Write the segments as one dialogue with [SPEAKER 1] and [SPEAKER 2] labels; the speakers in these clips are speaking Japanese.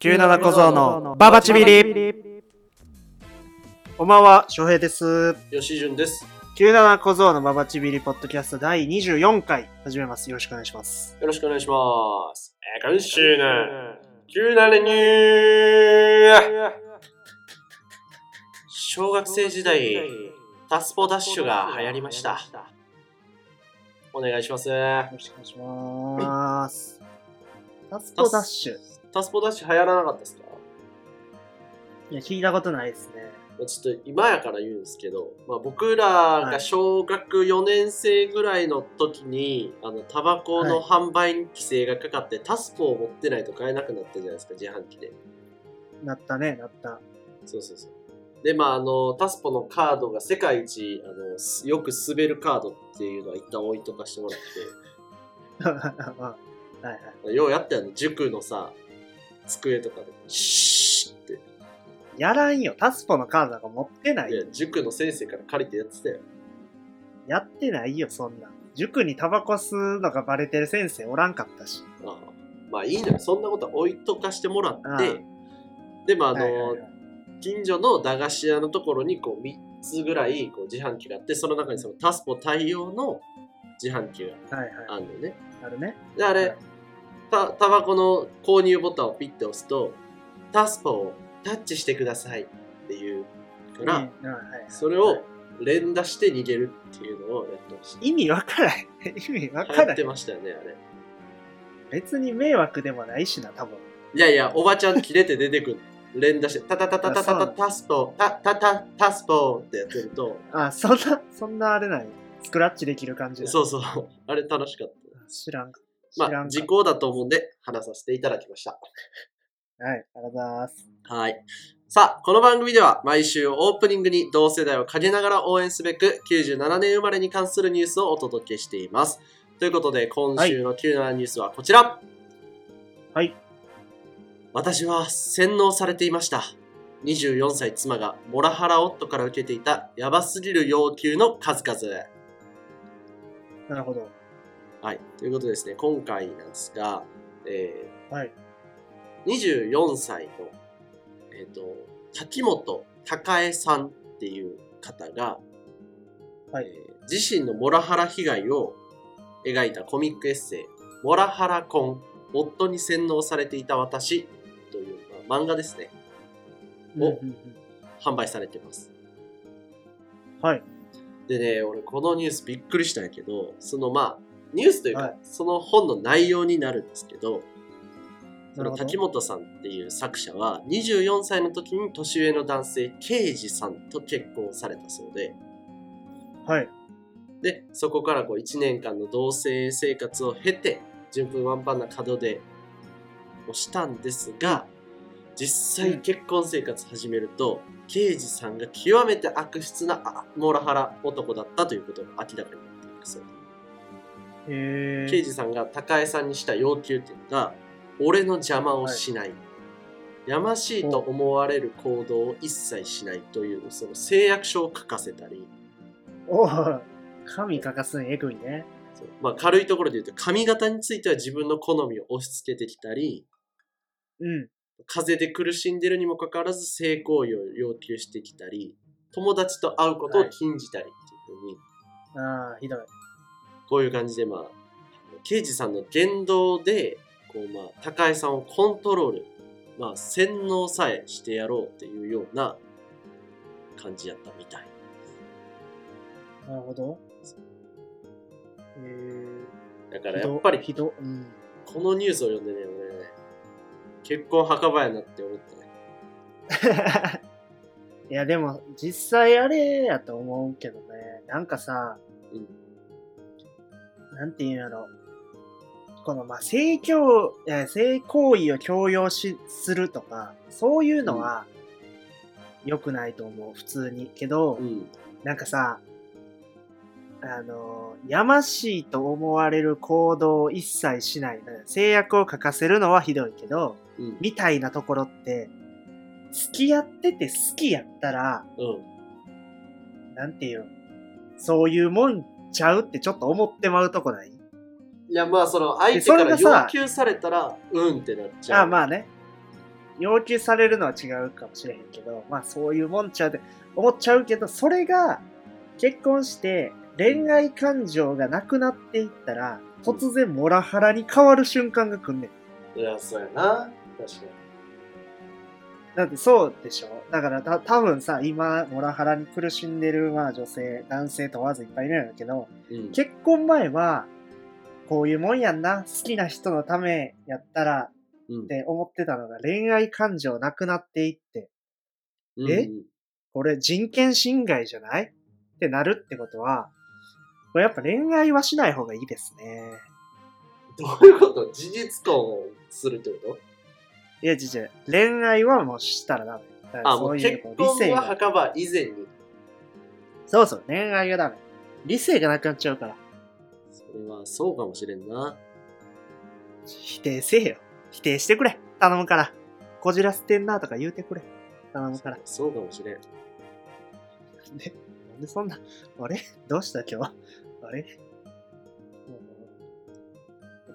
[SPEAKER 1] 97小僧のババチビリこんばんは、翔平です。
[SPEAKER 2] 吉潤です。
[SPEAKER 1] 97小僧のババチビリポッドキャスト第24回始めます。よろしくお願いします。
[SPEAKER 2] よろしくお願いします。えー、今週の97ニュー小学生時代、タスポダッシュが流行りました。お願いします。
[SPEAKER 1] よろしくお願いします。タスポダッシュ。
[SPEAKER 2] タスポダッシュ流行らなかったですか
[SPEAKER 1] いや、聞いたことないですね。
[SPEAKER 2] ちょっと今やから言うんですけど、まあ、僕らが小学4年生ぐらいの時に、あのタバコの販売に規制がかかって、タスポを持ってないと買えなくなったじゃないですか自販機で
[SPEAKER 1] なったね、なった。
[SPEAKER 2] そうそうそう。で、まあ、あの、タスポのカードが世界一、あの、すよく滑るカードっていうのは一旦置いとかしてもらっ
[SPEAKER 1] はいはい。
[SPEAKER 2] て、ようやったよね、塾のさ、机とかで、シーって、
[SPEAKER 1] やらんよ。タスポのカードなんか持ってないよ
[SPEAKER 2] で塾の先生から借りてやってたよ。
[SPEAKER 1] やってないよ、そんなん。塾にタバコ吸うのがバレてる先生おらんかったし。
[SPEAKER 2] ああまあいいのよ、そんなことは置いとかしてもらって、
[SPEAKER 1] ああ
[SPEAKER 2] で、まあ、あの、
[SPEAKER 1] はいはいはい
[SPEAKER 2] 近所の駄菓子屋のところにこう3つぐらいこう自販機があって、その中にそのタスポ対応の自販機が
[SPEAKER 1] はいは
[SPEAKER 2] あるのね。
[SPEAKER 1] い。あるね。
[SPEAKER 2] であれたタバコの購入ボタンをピッて押すとタスポをタッチしてくださいっていうか
[SPEAKER 1] うん
[SPEAKER 2] ら、
[SPEAKER 1] はいはい
[SPEAKER 2] それを連打して逃げるっていうのをやってました
[SPEAKER 1] 意味わからへん。 意味わか
[SPEAKER 2] 流行
[SPEAKER 1] ら
[SPEAKER 2] っ
[SPEAKER 1] へ
[SPEAKER 2] て
[SPEAKER 1] ん。
[SPEAKER 2] ましたよねあれ
[SPEAKER 1] 別に迷惑でもないしな、多分。
[SPEAKER 2] いやいやおばちゃん切れて出てくる 連打してタタタタタタタタスポタタタタスポってやってると
[SPEAKER 1] あ、そんな、そんなあれない。スクラッチできる感じだ
[SPEAKER 2] そうそうあれ楽しかっ
[SPEAKER 1] 知らんか。知
[SPEAKER 2] た
[SPEAKER 1] らん
[SPEAKER 2] ま
[SPEAKER 1] か。
[SPEAKER 2] あ時効だと思うんで話させていただきました
[SPEAKER 1] はい、ありがとうございます。
[SPEAKER 2] はい。さあ、この番組では毎週オープニングに同世代を陰ながら応援すべく97年生まれに関するニュースをお届けしています。ということで、今週の97ニュースはこちら。
[SPEAKER 1] はい。
[SPEAKER 2] 私は洗脳されていました。24歳妻がモラハラ夫から受けていたヤバすぎる要求の数々。
[SPEAKER 1] なるほど。
[SPEAKER 2] はい。ということでですね、今回なんですが、え
[SPEAKER 1] はい。
[SPEAKER 2] ー、24歳の、えっ、と、滝本孝恵さんっていう方が、
[SPEAKER 1] はい。
[SPEAKER 2] えー自身のモラハラ被害を描いたコミックエッセイ「モラハラ婚夫に洗脳されていた私」という、まあ漫画ですね
[SPEAKER 1] うん
[SPEAKER 2] お
[SPEAKER 1] うんうん
[SPEAKER 2] 販売されてます
[SPEAKER 1] はい。
[SPEAKER 2] でね俺このニュースびっくりしたんやけどそのまあニュースというか、
[SPEAKER 1] はい
[SPEAKER 2] その本の内容になるんですけどそ
[SPEAKER 1] なる
[SPEAKER 2] の
[SPEAKER 1] ほど
[SPEAKER 2] 滝本さんっていう作者は24歳の時に年上の男性刑事さんと結婚されたそうで
[SPEAKER 1] はい。
[SPEAKER 2] でそこからこう1年間の同棲生活を経て順風満帆な門出をしたんですが実
[SPEAKER 1] う
[SPEAKER 2] 際
[SPEAKER 1] ん
[SPEAKER 2] 結婚生活始めると、刑事さんが極めて悪質なあモラハラ男だったということが明らかになっています、
[SPEAKER 1] え
[SPEAKER 2] 刑
[SPEAKER 1] ー。
[SPEAKER 2] 事さんが高江さんにした要求っていうのが俺の邪魔をしない、やましいと思われる行動を一切しないというその誓約書を書かせたり、
[SPEAKER 1] おう神かかすんえぐいね。
[SPEAKER 2] そうまあ、軽いところで言うと髪型については自分の好みを押し付けてきたり
[SPEAKER 1] うん。
[SPEAKER 2] 風邪で苦しんでるにもかかわらず性行為を要求してきたり友達と会うことを禁じたりっていうふうに、
[SPEAKER 1] ああ、ひどい。
[SPEAKER 2] こういう感じでまあ刑事さんの言動でこうまあ高井さんをコントロール、まあ、洗脳さえしてやろうっていうような感じやったみたい
[SPEAKER 1] なるほど。えー。
[SPEAKER 2] だからやっぱり
[SPEAKER 1] ひど、ひどうん。
[SPEAKER 2] このニュースを読んでね俺ね結婚墓場やなって思ったね
[SPEAKER 1] いや、でも、実際あれやと思うけどね。なんかさ、
[SPEAKER 2] うん
[SPEAKER 1] なんていうんやろ。この、まあ、性教、いや性行為を強要し、するとか、そういうのは、良くないと思う、普通に。けど、
[SPEAKER 2] うん
[SPEAKER 1] なんかさ、あの、やましいと思われる行動を一切しない。制約を書かせるのはひどいけど、
[SPEAKER 2] うん
[SPEAKER 1] みたいなところって、付き合ってて好きやったら、
[SPEAKER 2] うん
[SPEAKER 1] なんていうんそういうもんちゃうってちょっと思ってまうとこない
[SPEAKER 2] いやまあその相手
[SPEAKER 1] そ
[SPEAKER 2] か
[SPEAKER 1] れが
[SPEAKER 2] ら
[SPEAKER 1] さ
[SPEAKER 2] 要求されたらうんってなっちゃう。
[SPEAKER 1] あまあね。要求されるのは違うかもしれへんけど、まあそういうもんちゃうって思っちゃうけど、それが結婚して恋愛感情がなくなっていったら、突然モラハラに変わる瞬間が来んねん。
[SPEAKER 2] いや、そうやな。確かに。
[SPEAKER 1] だってそうでしょだからた多分さ、今、モラハラに苦しんでる、まあ女性、男性問わずいっぱいいるんだけど、
[SPEAKER 2] うん、
[SPEAKER 1] 結婚前は、こういうもんやんな。好きな人のためやったら
[SPEAKER 2] うん
[SPEAKER 1] って思ってたのが恋愛感情なくなっていって、
[SPEAKER 2] うん
[SPEAKER 1] え
[SPEAKER 2] うん
[SPEAKER 1] これ人権侵害じゃないってなるってことは、これやっぱ恋愛はしない方がいいですね。
[SPEAKER 2] どういうこと事実婚をするってこと
[SPEAKER 1] いや、違う違う恋愛はもうしたらダメ。だから
[SPEAKER 2] あ、も
[SPEAKER 1] そううい
[SPEAKER 2] 結
[SPEAKER 1] うこう理
[SPEAKER 2] 婚
[SPEAKER 1] 性
[SPEAKER 2] は
[SPEAKER 1] が、
[SPEAKER 2] 墓場以前に。
[SPEAKER 1] そうそう、恋愛がダメ。理性がなくなっちゃうから、
[SPEAKER 2] それはそうかもしれんな。
[SPEAKER 1] 否定せえよ。否定してくれ。頼むから。こじらせてんなとか言うてくれ。頼むから。
[SPEAKER 2] そうかもしれん。
[SPEAKER 1] で、なんでそんな、あれどうした今日は。あれ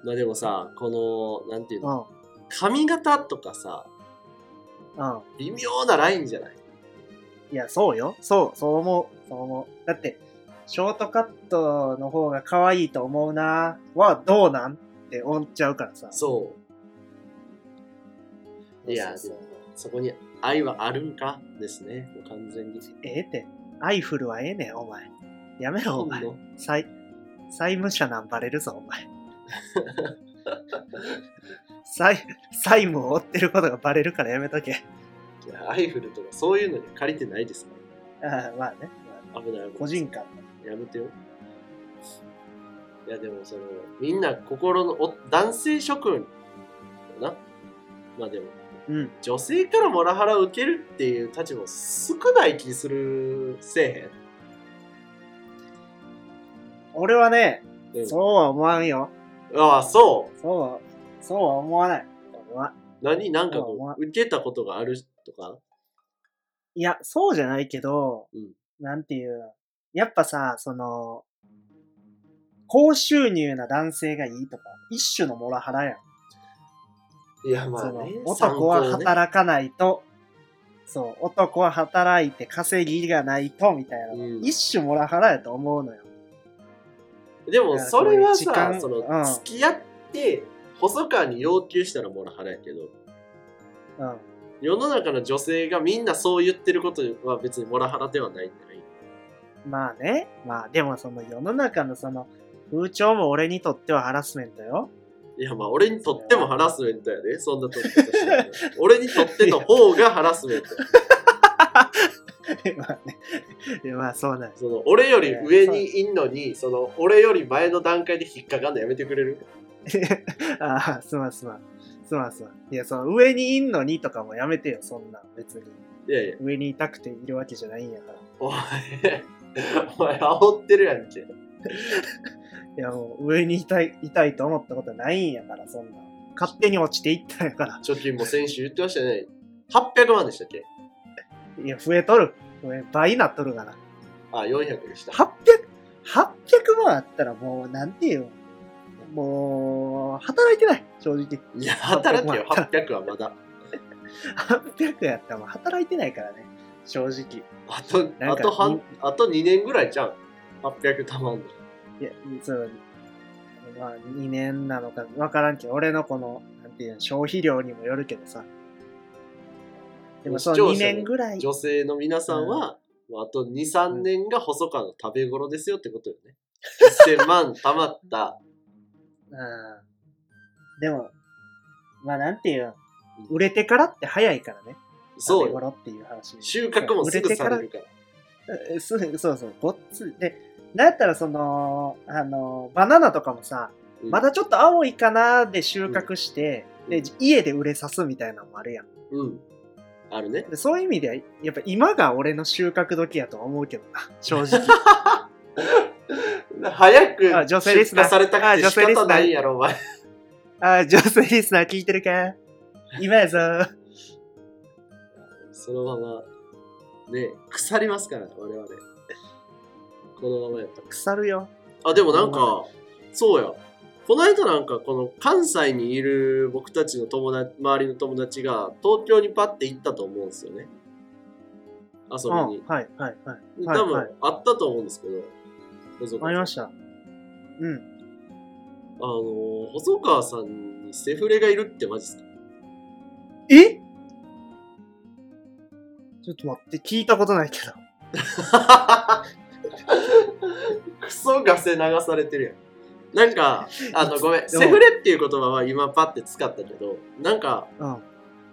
[SPEAKER 2] まあでもさ、この、なんていう
[SPEAKER 1] う
[SPEAKER 2] の、
[SPEAKER 1] ん、
[SPEAKER 2] 髪型とかさ、
[SPEAKER 1] うん。
[SPEAKER 2] 微妙なラインじゃない
[SPEAKER 1] いや、そうよ。そう、そう思う。そう思う。だって、ショートカットの方が可愛いと思うなはどうなんって思っちゃうからさ。
[SPEAKER 2] そう。いや、
[SPEAKER 1] そうそう
[SPEAKER 2] でもそこに愛はあるんかですね。もう完全に。
[SPEAKER 1] ええって。アイフルはええねん、お前。やめろ、お前。
[SPEAKER 2] 今度
[SPEAKER 1] 債、債務者なんバレるぞ、お前。債、債務を負ってることがバレるからやめとけ。
[SPEAKER 2] いやアイフルとかそういうのに借りてないですか
[SPEAKER 1] ああまあね。ま
[SPEAKER 2] ら危ない危ない
[SPEAKER 1] あ個人間。
[SPEAKER 2] やめてよ。いやでもそのみんな心のお男性諸君だな。まあでも
[SPEAKER 1] うん。
[SPEAKER 2] 女性からモラハラを受けるっていう立場少ない気するせ
[SPEAKER 1] 俺はね、
[SPEAKER 2] えへん。
[SPEAKER 1] そうは思わんよ。
[SPEAKER 2] うん、ああそう。
[SPEAKER 1] そうは、そうは思わない。俺は。
[SPEAKER 2] 何なんかこ
[SPEAKER 1] ああまあ
[SPEAKER 2] う受けたことがあるとか。
[SPEAKER 1] いや、そうじゃないけど、
[SPEAKER 2] うん
[SPEAKER 1] なんていうの、やっぱさ、その、高収入な男性がいいとか、一種のモラハラやん。
[SPEAKER 2] いやまあ
[SPEAKER 1] その
[SPEAKER 2] ね。
[SPEAKER 1] 男は
[SPEAKER 2] 参考ね
[SPEAKER 1] 働かないと、そう、男は働いて稼ぎがないと、みたいな、
[SPEAKER 2] うん
[SPEAKER 1] 一種モラハラやと思うのよ。
[SPEAKER 2] でもそれは
[SPEAKER 1] 時間
[SPEAKER 2] さ、その
[SPEAKER 1] うん
[SPEAKER 2] 付き合って細川に要求したらモラハラやけど、
[SPEAKER 1] うん。
[SPEAKER 2] 世の中の女性がみんなそう言ってることは別にモラハラではないんだよ。
[SPEAKER 1] まあね。まあ、でもその世の中のその、風潮も俺にとってはハラスメントよ。
[SPEAKER 2] いやまあ俺にとってもハラスメントやで、そんなとってたら俺にとっての方がハラスメントや。
[SPEAKER 1] まあね。まあそうなんです。
[SPEAKER 2] その俺より上にいんのに、その俺より前の段階で引っかかんのやめてくれる
[SPEAKER 1] ああ、すまんすまん。すまんすまん。いや、その上にいんのにとかもやめてよ、そんなん別に。
[SPEAKER 2] いやいや、
[SPEAKER 1] 上にいたくているわけじゃないんやから。
[SPEAKER 2] お前、お前煽ってるやんけ。
[SPEAKER 1] いや、もう上にいたい、いたいと思ったことないんやから、そんなん。勝手に落ちていったんやから。
[SPEAKER 2] 貯金も先週言ってましたよね。800万でしたっけ
[SPEAKER 1] いや、増えとる。増え、倍なっとるがな。
[SPEAKER 2] あ、400でした。
[SPEAKER 1] 800、800万あったらもう、なんていうのもう、働いてない、正直。
[SPEAKER 2] いや、働けよ、800はまだ。
[SPEAKER 1] 800やったらもう働いてないからね、正直。
[SPEAKER 2] あと、
[SPEAKER 1] な
[SPEAKER 2] あ
[SPEAKER 1] んか
[SPEAKER 2] と半、あと2年ぐらいじゃん。800たまんの。
[SPEAKER 1] いや、そう、まあ、2年なのか分からんけど、俺のこの、なんていうの、消費量にもよるけどさ。でもそ
[SPEAKER 2] 視聴
[SPEAKER 1] の
[SPEAKER 2] 者
[SPEAKER 1] 2年ぐらい、
[SPEAKER 2] 女性の皆さんは、まああと2、3年が細川の食べ頃ですよってことよ ね。1000万貯まった。
[SPEAKER 1] うん。でも、まあなんていうの、売れてからって早いからね。
[SPEAKER 2] そ
[SPEAKER 1] 食べ
[SPEAKER 2] うよ。
[SPEAKER 1] 頃っていう話。
[SPEAKER 2] 収穫もすぐされるから。
[SPEAKER 1] うんそうそうそう、ごっつで、なんやったらその、あの、バナナとかもさ、
[SPEAKER 2] うん
[SPEAKER 1] まだちょっと青いかなで収穫して、
[SPEAKER 2] うん
[SPEAKER 1] で、家で売れさすみたいなのもあるやん。
[SPEAKER 2] うん。あるね。
[SPEAKER 1] でそういう意味では、やっぱ今が俺の収穫時やとは思うけどな、正直。
[SPEAKER 2] 早く
[SPEAKER 1] あ女性リスナー
[SPEAKER 2] 出された
[SPEAKER 1] あ
[SPEAKER 2] くて
[SPEAKER 1] 女
[SPEAKER 2] 仕
[SPEAKER 1] 性リスナー
[SPEAKER 2] 方ないんやろ、お前。
[SPEAKER 1] あー、女性リスナー聞いてるか今やぞ。
[SPEAKER 2] そのまま、ね、腐りますから、我々。このままやったら
[SPEAKER 1] 腐るよ。
[SPEAKER 2] あ、でもなん
[SPEAKER 1] ま
[SPEAKER 2] か、そうや。この間なんかこの関西にいる僕たちの友達周りの友達が東京にパッて行ったと思うんですよね遊
[SPEAKER 1] うん、
[SPEAKER 2] び
[SPEAKER 1] はい
[SPEAKER 2] に、
[SPEAKER 1] はいはい。
[SPEAKER 2] で
[SPEAKER 1] はい
[SPEAKER 2] 多分
[SPEAKER 1] はい
[SPEAKER 2] あったと思うんですけど細
[SPEAKER 1] あ
[SPEAKER 2] 川
[SPEAKER 1] り
[SPEAKER 2] さん
[SPEAKER 1] ました。うん。
[SPEAKER 2] あのー細川さんにセフレがいるってマジっすか
[SPEAKER 1] えちょっと待って、聞いたことないけど。
[SPEAKER 2] クソガセ流されてるやん。なんか、あの、ごめん、
[SPEAKER 1] でも
[SPEAKER 2] セフレっていう言葉は今パッて使ったけど、なんか、
[SPEAKER 1] うん。
[SPEAKER 2] こ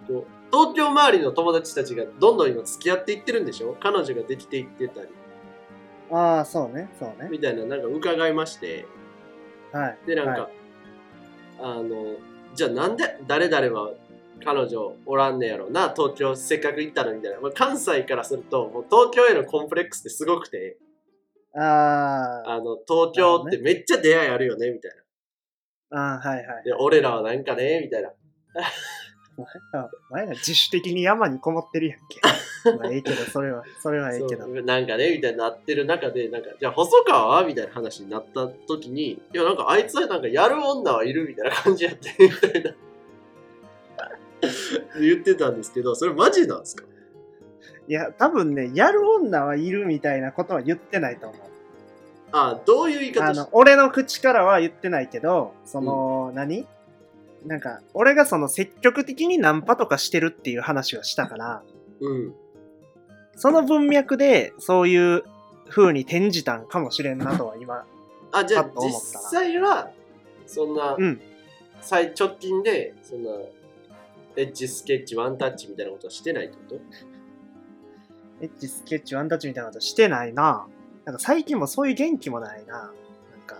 [SPEAKER 2] う、東京周りの友達たちがどんどん今付き合っていってるんでしょ彼女ができていってたり、
[SPEAKER 1] ああ、そうね、そうね。
[SPEAKER 2] みたいな、なんか伺いまして、
[SPEAKER 1] はい。
[SPEAKER 2] で、なんか、
[SPEAKER 1] は
[SPEAKER 2] あの、じゃあなんで誰々は彼女おらんねやろな、東京せっかく行ったのにみたいな。まあ関西からすると、もう東京へのコンプレックスってすごくて、
[SPEAKER 1] ああ、
[SPEAKER 2] あの、東京ってめっちゃ出会いあるよね、みたい
[SPEAKER 1] あ
[SPEAKER 2] な。
[SPEAKER 1] あ、はいはい。
[SPEAKER 2] で、俺らはなんかね、みたいな。
[SPEAKER 1] あお前ら自主的に山にこもってるやんけ。まあ、ええけど、それは、それはええけど。
[SPEAKER 2] そうなんかね、みたいになってる中で、なんか、じゃあ細川はみたいな話になった時に、いや、なんかあいつはなんかやる女はいるみたいな感じやって、 みたいな。言ってたんですけど、それマジなんですか
[SPEAKER 1] いや、多分ね、やる女はいるみたいなことは言ってないと思う。
[SPEAKER 2] ああどういう言い
[SPEAKER 1] あ
[SPEAKER 2] 方し
[SPEAKER 1] の、俺の口からは言ってないけど、その、何なんか、俺がその積極的にナンパとかしてるっていう話をしたから、
[SPEAKER 2] うん。
[SPEAKER 1] その文脈で、そういう風に転じたんかもしれんなとは今。
[SPEAKER 2] あ、じゃ
[SPEAKER 1] か
[SPEAKER 2] あ
[SPEAKER 1] と
[SPEAKER 2] 実
[SPEAKER 1] 思ったな
[SPEAKER 2] 際は、そんな、
[SPEAKER 1] うん。
[SPEAKER 2] 最直近で、そんな、エッジスケッチ、ワンタッチみたいなことはしてないってこと
[SPEAKER 1] エッチスケッチワンタッチみたいなことしてないな。なんか最近もそういう元気もないな。なんか、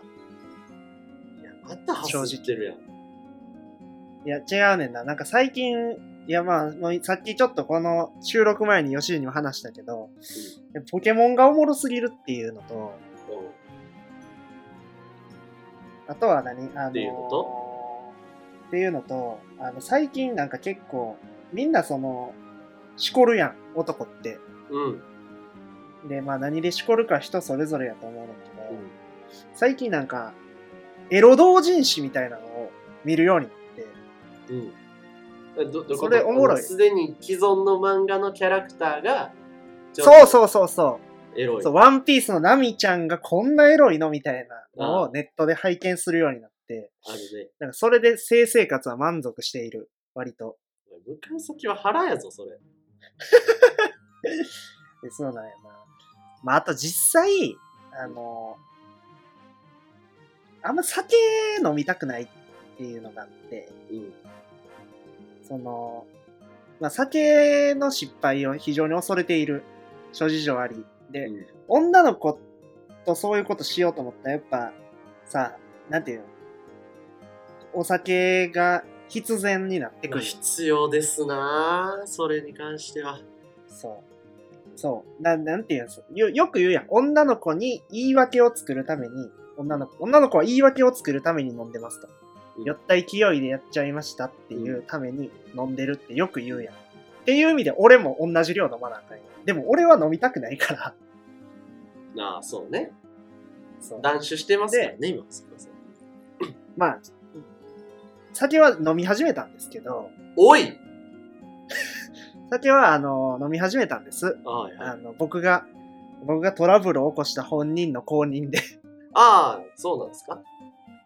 [SPEAKER 2] いや、また走ってるやん。
[SPEAKER 1] いや、違うねんな。なんか最近、いやまあ、もうさっきちょっとこの収録前に吉井にも話したけど、ポケモンがおもろすぎるっていうのと、
[SPEAKER 2] うん
[SPEAKER 1] あとは何あのー
[SPEAKER 2] っていうの
[SPEAKER 1] っていうのと、あの、最近なんか結構、みんなその、しこるやん、男って。
[SPEAKER 2] うん。
[SPEAKER 1] で、まあ何でしこるか人それぞれやと思うねんだけど、最近なんか、エロ同人誌みたいなのを見るようになって、
[SPEAKER 2] うん。えどど
[SPEAKER 1] それおもろい
[SPEAKER 2] すでに既存の漫画のキャラクターが、
[SPEAKER 1] そう
[SPEAKER 2] う
[SPEAKER 1] そうそうそう。
[SPEAKER 2] エロい。
[SPEAKER 1] そう、ワンピースのナミちゃんがこんなエロいのみたいなのをネットで拝見するようになって、
[SPEAKER 2] あるね。
[SPEAKER 1] なんかそれで性生活は満足している、割と。
[SPEAKER 2] 向かう先は腹やぞ、それ。
[SPEAKER 1] でそうなんやな。まあ、あと実際、あの、あんま酒飲みたくないっていうのがあって、
[SPEAKER 2] うん。
[SPEAKER 1] その、まあ、酒の失敗を非常に恐れている諸事情あり。で、
[SPEAKER 2] うん
[SPEAKER 1] 女の子とそういうことしようと思ったらやっぱさなんていうのお酒が必然になってく
[SPEAKER 2] まあ
[SPEAKER 1] る、
[SPEAKER 2] 必要ですなあそれに関しては。
[SPEAKER 1] そうそうななんていうんですよよく言うやん女の子に言い訳を作るために女の子女の子は言い訳を作るために飲んでますと
[SPEAKER 2] うん
[SPEAKER 1] 酔った勢いでやっちゃいましたっていうために飲んでるってよく言うやんっていう意味で俺も同じ量飲まなあかんやんでも俺は飲みたくないから
[SPEAKER 2] なあ、そうね。
[SPEAKER 1] そう
[SPEAKER 2] 断酒してますからね、今。すいません
[SPEAKER 1] まあ酒は飲み始めたんですけど、
[SPEAKER 2] おい
[SPEAKER 1] 酒はあの飲み始めたんです。
[SPEAKER 2] ああ、
[SPEAKER 1] あ
[SPEAKER 2] はい、
[SPEAKER 1] の僕が僕がトラブルを起こした本人の公認で
[SPEAKER 2] ああ、そうなんですか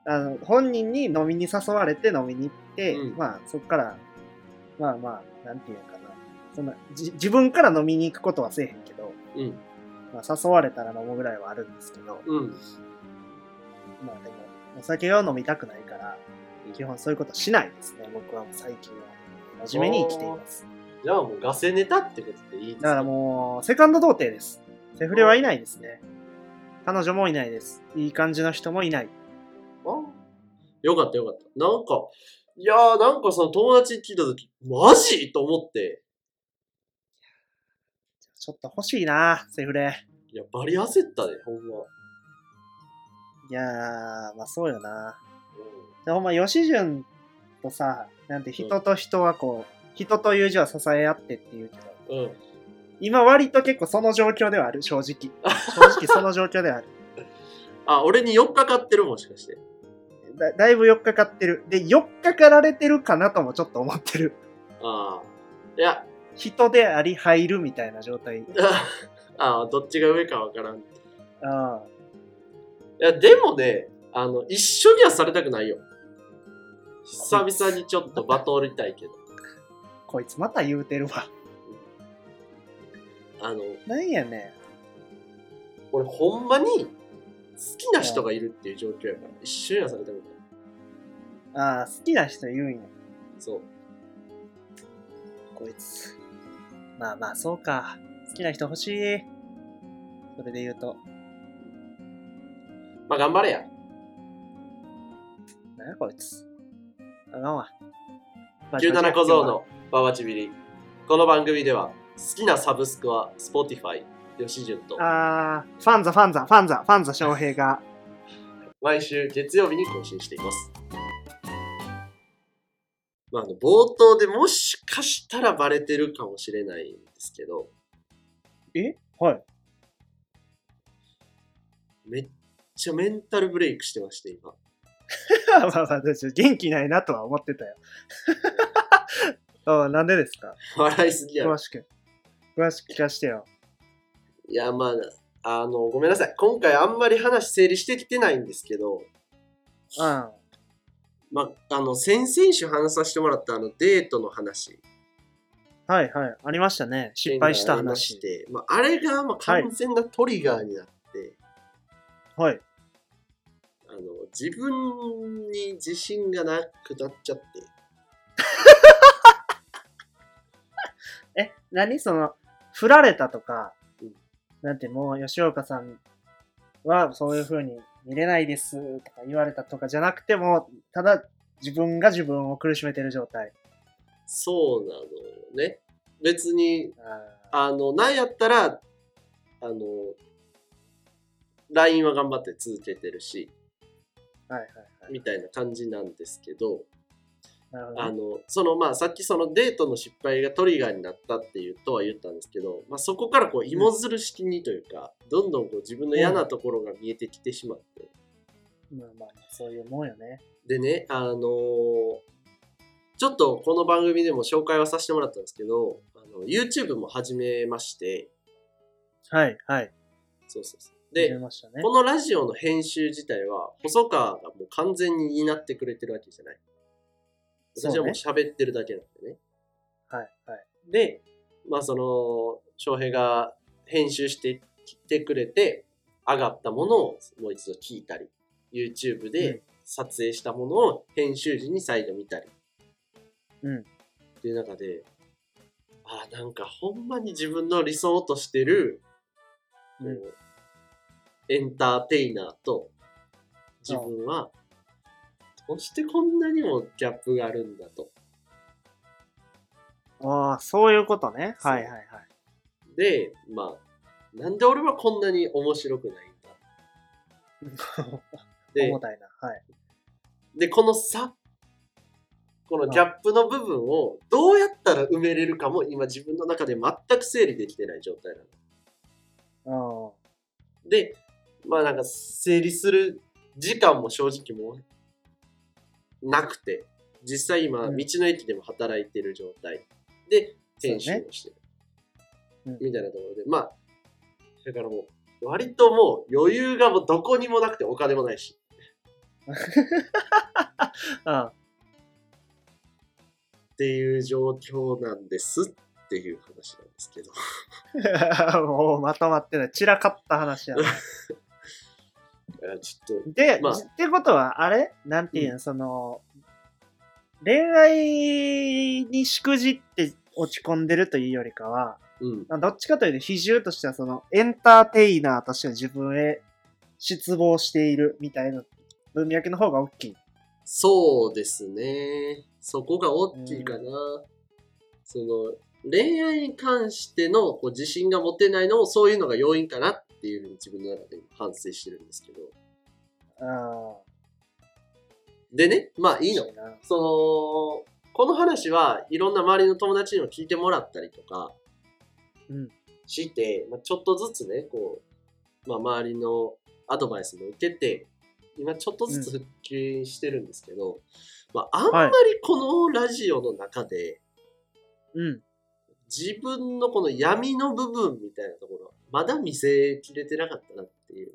[SPEAKER 1] あの本人に飲みに誘われて飲みに行って、
[SPEAKER 2] うん
[SPEAKER 1] まあそっからまあまあなんていうのかなそんなじ自分から飲みに行くことはせえへんけど、
[SPEAKER 2] うん。
[SPEAKER 1] まあ、誘われたら飲むぐらいはあるんですけど
[SPEAKER 2] うん。
[SPEAKER 1] まあでもお酒を飲みたくないから基本そういうことしないですね僕はもう最近は真面目に生きています
[SPEAKER 2] じゃあもうガセネタってことでいいです
[SPEAKER 1] だから
[SPEAKER 2] か
[SPEAKER 1] もう、セカンド童貞です。セフレはいないですね。彼女もいないです。いい感じの人もいない。
[SPEAKER 2] あよかったよかった。なんか、いやーなんかその友達に聞いたとき、マジと思って、
[SPEAKER 1] ちょっと欲しいな、セフレ。
[SPEAKER 2] いや、バリ焦ったで、ほんま。
[SPEAKER 1] いやー、まあそうよな。でほんま、ヨシジュンとさ、なんて人と人はこう、人という字は支え合ってっていうけど、
[SPEAKER 2] うん。うん。
[SPEAKER 1] 今割と結構その状況ではある、正直。正直その状況ではある。
[SPEAKER 2] あ、俺に4日かかってるもしかして。
[SPEAKER 1] だだいぶ4日かってる。で、4日かられてるかなともちょっと思ってる。
[SPEAKER 2] ああ。いや、
[SPEAKER 1] 人であり入るみたいな状態。
[SPEAKER 2] ああ、どっちが上かわからん。い
[SPEAKER 1] あ
[SPEAKER 2] や、でもね、あの、一緒にはされたくないよ。久々にちょっとバトルたいけど。
[SPEAKER 1] あ、こいつまた言うてるわ。
[SPEAKER 2] あの、
[SPEAKER 1] なんやね
[SPEAKER 2] 俺ほんまに好きな人がいるっていう状況やから、一緒にはされたくない。
[SPEAKER 1] ん。ああ、好きな人言うんや。
[SPEAKER 2] そう。
[SPEAKER 1] こいつ。まあまあ、そうか。好きな人欲しい。それで言うと。
[SPEAKER 2] まあ、頑張れや。
[SPEAKER 1] なんやこいつ。あかんわ。
[SPEAKER 2] 17小僧のババチビリ。この番組では、好きなサブスクは Spotify、吉潤と、
[SPEAKER 1] あーファンザファンザファンザファンザ翔平 が
[SPEAKER 2] 毎週月曜日に更新しています。まあ、あの冒頭でもしかしたらバレてるかもしれないんですけど、
[SPEAKER 1] えはい
[SPEAKER 2] めっちゃメンタルブレイクしてまして、今。
[SPEAKER 1] まあまあ私元気ないなとは思ってたよ あーなんでですか
[SPEAKER 2] 笑いすぎやろ
[SPEAKER 1] 詳。しく詳しく聞かしてよ
[SPEAKER 2] いや、まあ、あの、ごめんなさい。今回あんまり話整理してきてないんですけど、
[SPEAKER 1] うんは
[SPEAKER 2] まあ、あの、先々週話させてもらったあのデートの話。
[SPEAKER 1] いはいありましたね失敗した
[SPEAKER 2] ありま
[SPEAKER 1] 話
[SPEAKER 2] して、まあ、あれがまあ完全なトリガーになって、
[SPEAKER 1] はい
[SPEAKER 2] あの自分に自信がなくなっちゃって
[SPEAKER 1] え何その振られたとか、
[SPEAKER 2] うん
[SPEAKER 1] なんてもう吉岡さんはそういう風に見れないですとか言われたとかじゃなくてもただ自分が自分を苦しめてる状態
[SPEAKER 2] そうなのよね別に
[SPEAKER 1] あ
[SPEAKER 2] あのなんやったらあの LINE は頑張って続けてるし
[SPEAKER 1] ーはいはいはい
[SPEAKER 2] みたいな感じなんですけど、
[SPEAKER 1] なるほど
[SPEAKER 2] あ
[SPEAKER 1] ね
[SPEAKER 2] のそのまあさっきそのデートの失敗がトリガーになったっていうとは言ったんですけど、まあ、そこからこう芋づる式にというか、どんどんこう自分の嫌なところが見えてきてしまって、
[SPEAKER 1] まあまあまあそういうもんよね
[SPEAKER 2] でねあのーちょっとこの番組でも紹介はさせてもらったんですけどあの YouTube も始めまして
[SPEAKER 1] はいはい
[SPEAKER 2] そうそうそう
[SPEAKER 1] 出
[SPEAKER 2] で
[SPEAKER 1] ましたね
[SPEAKER 2] このラジオの編集自体は細川がもう完全に担ってくれてるわけじゃない私はもう喋ってるだけなんでね
[SPEAKER 1] はいはい
[SPEAKER 2] で、まあその、翔平が編集してきてくれて、上がったものをもう一度聞いたり、YouTube
[SPEAKER 1] う
[SPEAKER 2] で撮影したものを編集時に再度見たり。
[SPEAKER 1] うん
[SPEAKER 2] っていう中で、ああ、なんかほんまに自分の理想としてる、こう
[SPEAKER 1] うん
[SPEAKER 2] エンターテイナーと自分は、どうしてこんなにもギャップがあるんだと。
[SPEAKER 1] ああそういうことね
[SPEAKER 2] そう
[SPEAKER 1] はいはいはい
[SPEAKER 2] で、まあ、なんで俺はこんなに面白くないんだ で
[SPEAKER 1] 重、たいなはい
[SPEAKER 2] で、この差、このギャップの部分をどうやったら埋めれるかも今自分の中で全く整理できてない状態なの。
[SPEAKER 1] うん
[SPEAKER 2] で、まあなんか整理する時間も正直もうなくて、実際今、
[SPEAKER 1] うん
[SPEAKER 2] 道の駅でも働いてる状態で、
[SPEAKER 1] そうね
[SPEAKER 2] 編集をして
[SPEAKER 1] うん
[SPEAKER 2] る。みたいなところで、まあ、だからもう、割ともう余裕がもうどこにもなくてお金もないし、
[SPEAKER 1] あ
[SPEAKER 2] っていう状況なんですっていう話なんですけど。
[SPEAKER 1] あ もうまとまってない散らかった話やな
[SPEAKER 2] あちょっと、
[SPEAKER 1] で、
[SPEAKER 2] まあ
[SPEAKER 1] じってことは、あれなんていうの、その、恋愛にしくじって落ち込んでるというよりかは、
[SPEAKER 2] うん。
[SPEAKER 1] まあどっちかというと、比重としては、その、エンターテイナーとしての自分へ失望しているみたいな文脈の方が大きい。
[SPEAKER 2] そうですね。そこが大きいかな。その恋愛に関してのこう自信が持てないのもそういうのが要因かなっていうふうに自分の中で反省してるんですけど。
[SPEAKER 1] あ
[SPEAKER 2] でね、まあ
[SPEAKER 1] あ、
[SPEAKER 2] いいの
[SPEAKER 1] 面白。な
[SPEAKER 2] その、この話はいろんな周りの友達にも聞いてもらったりとか
[SPEAKER 1] うん
[SPEAKER 2] して、まあ、ちょっとずつね、こう、まあ周りのアドバイスも受けて、今ちょっとずつ復帰してるんですけど、まあ、あ
[SPEAKER 1] は
[SPEAKER 2] んま
[SPEAKER 1] い
[SPEAKER 2] りこのラジオの中で、
[SPEAKER 1] うん。
[SPEAKER 2] 自分のこの闇の部分みたいなところ、まだ見せきれてなかったなっていう。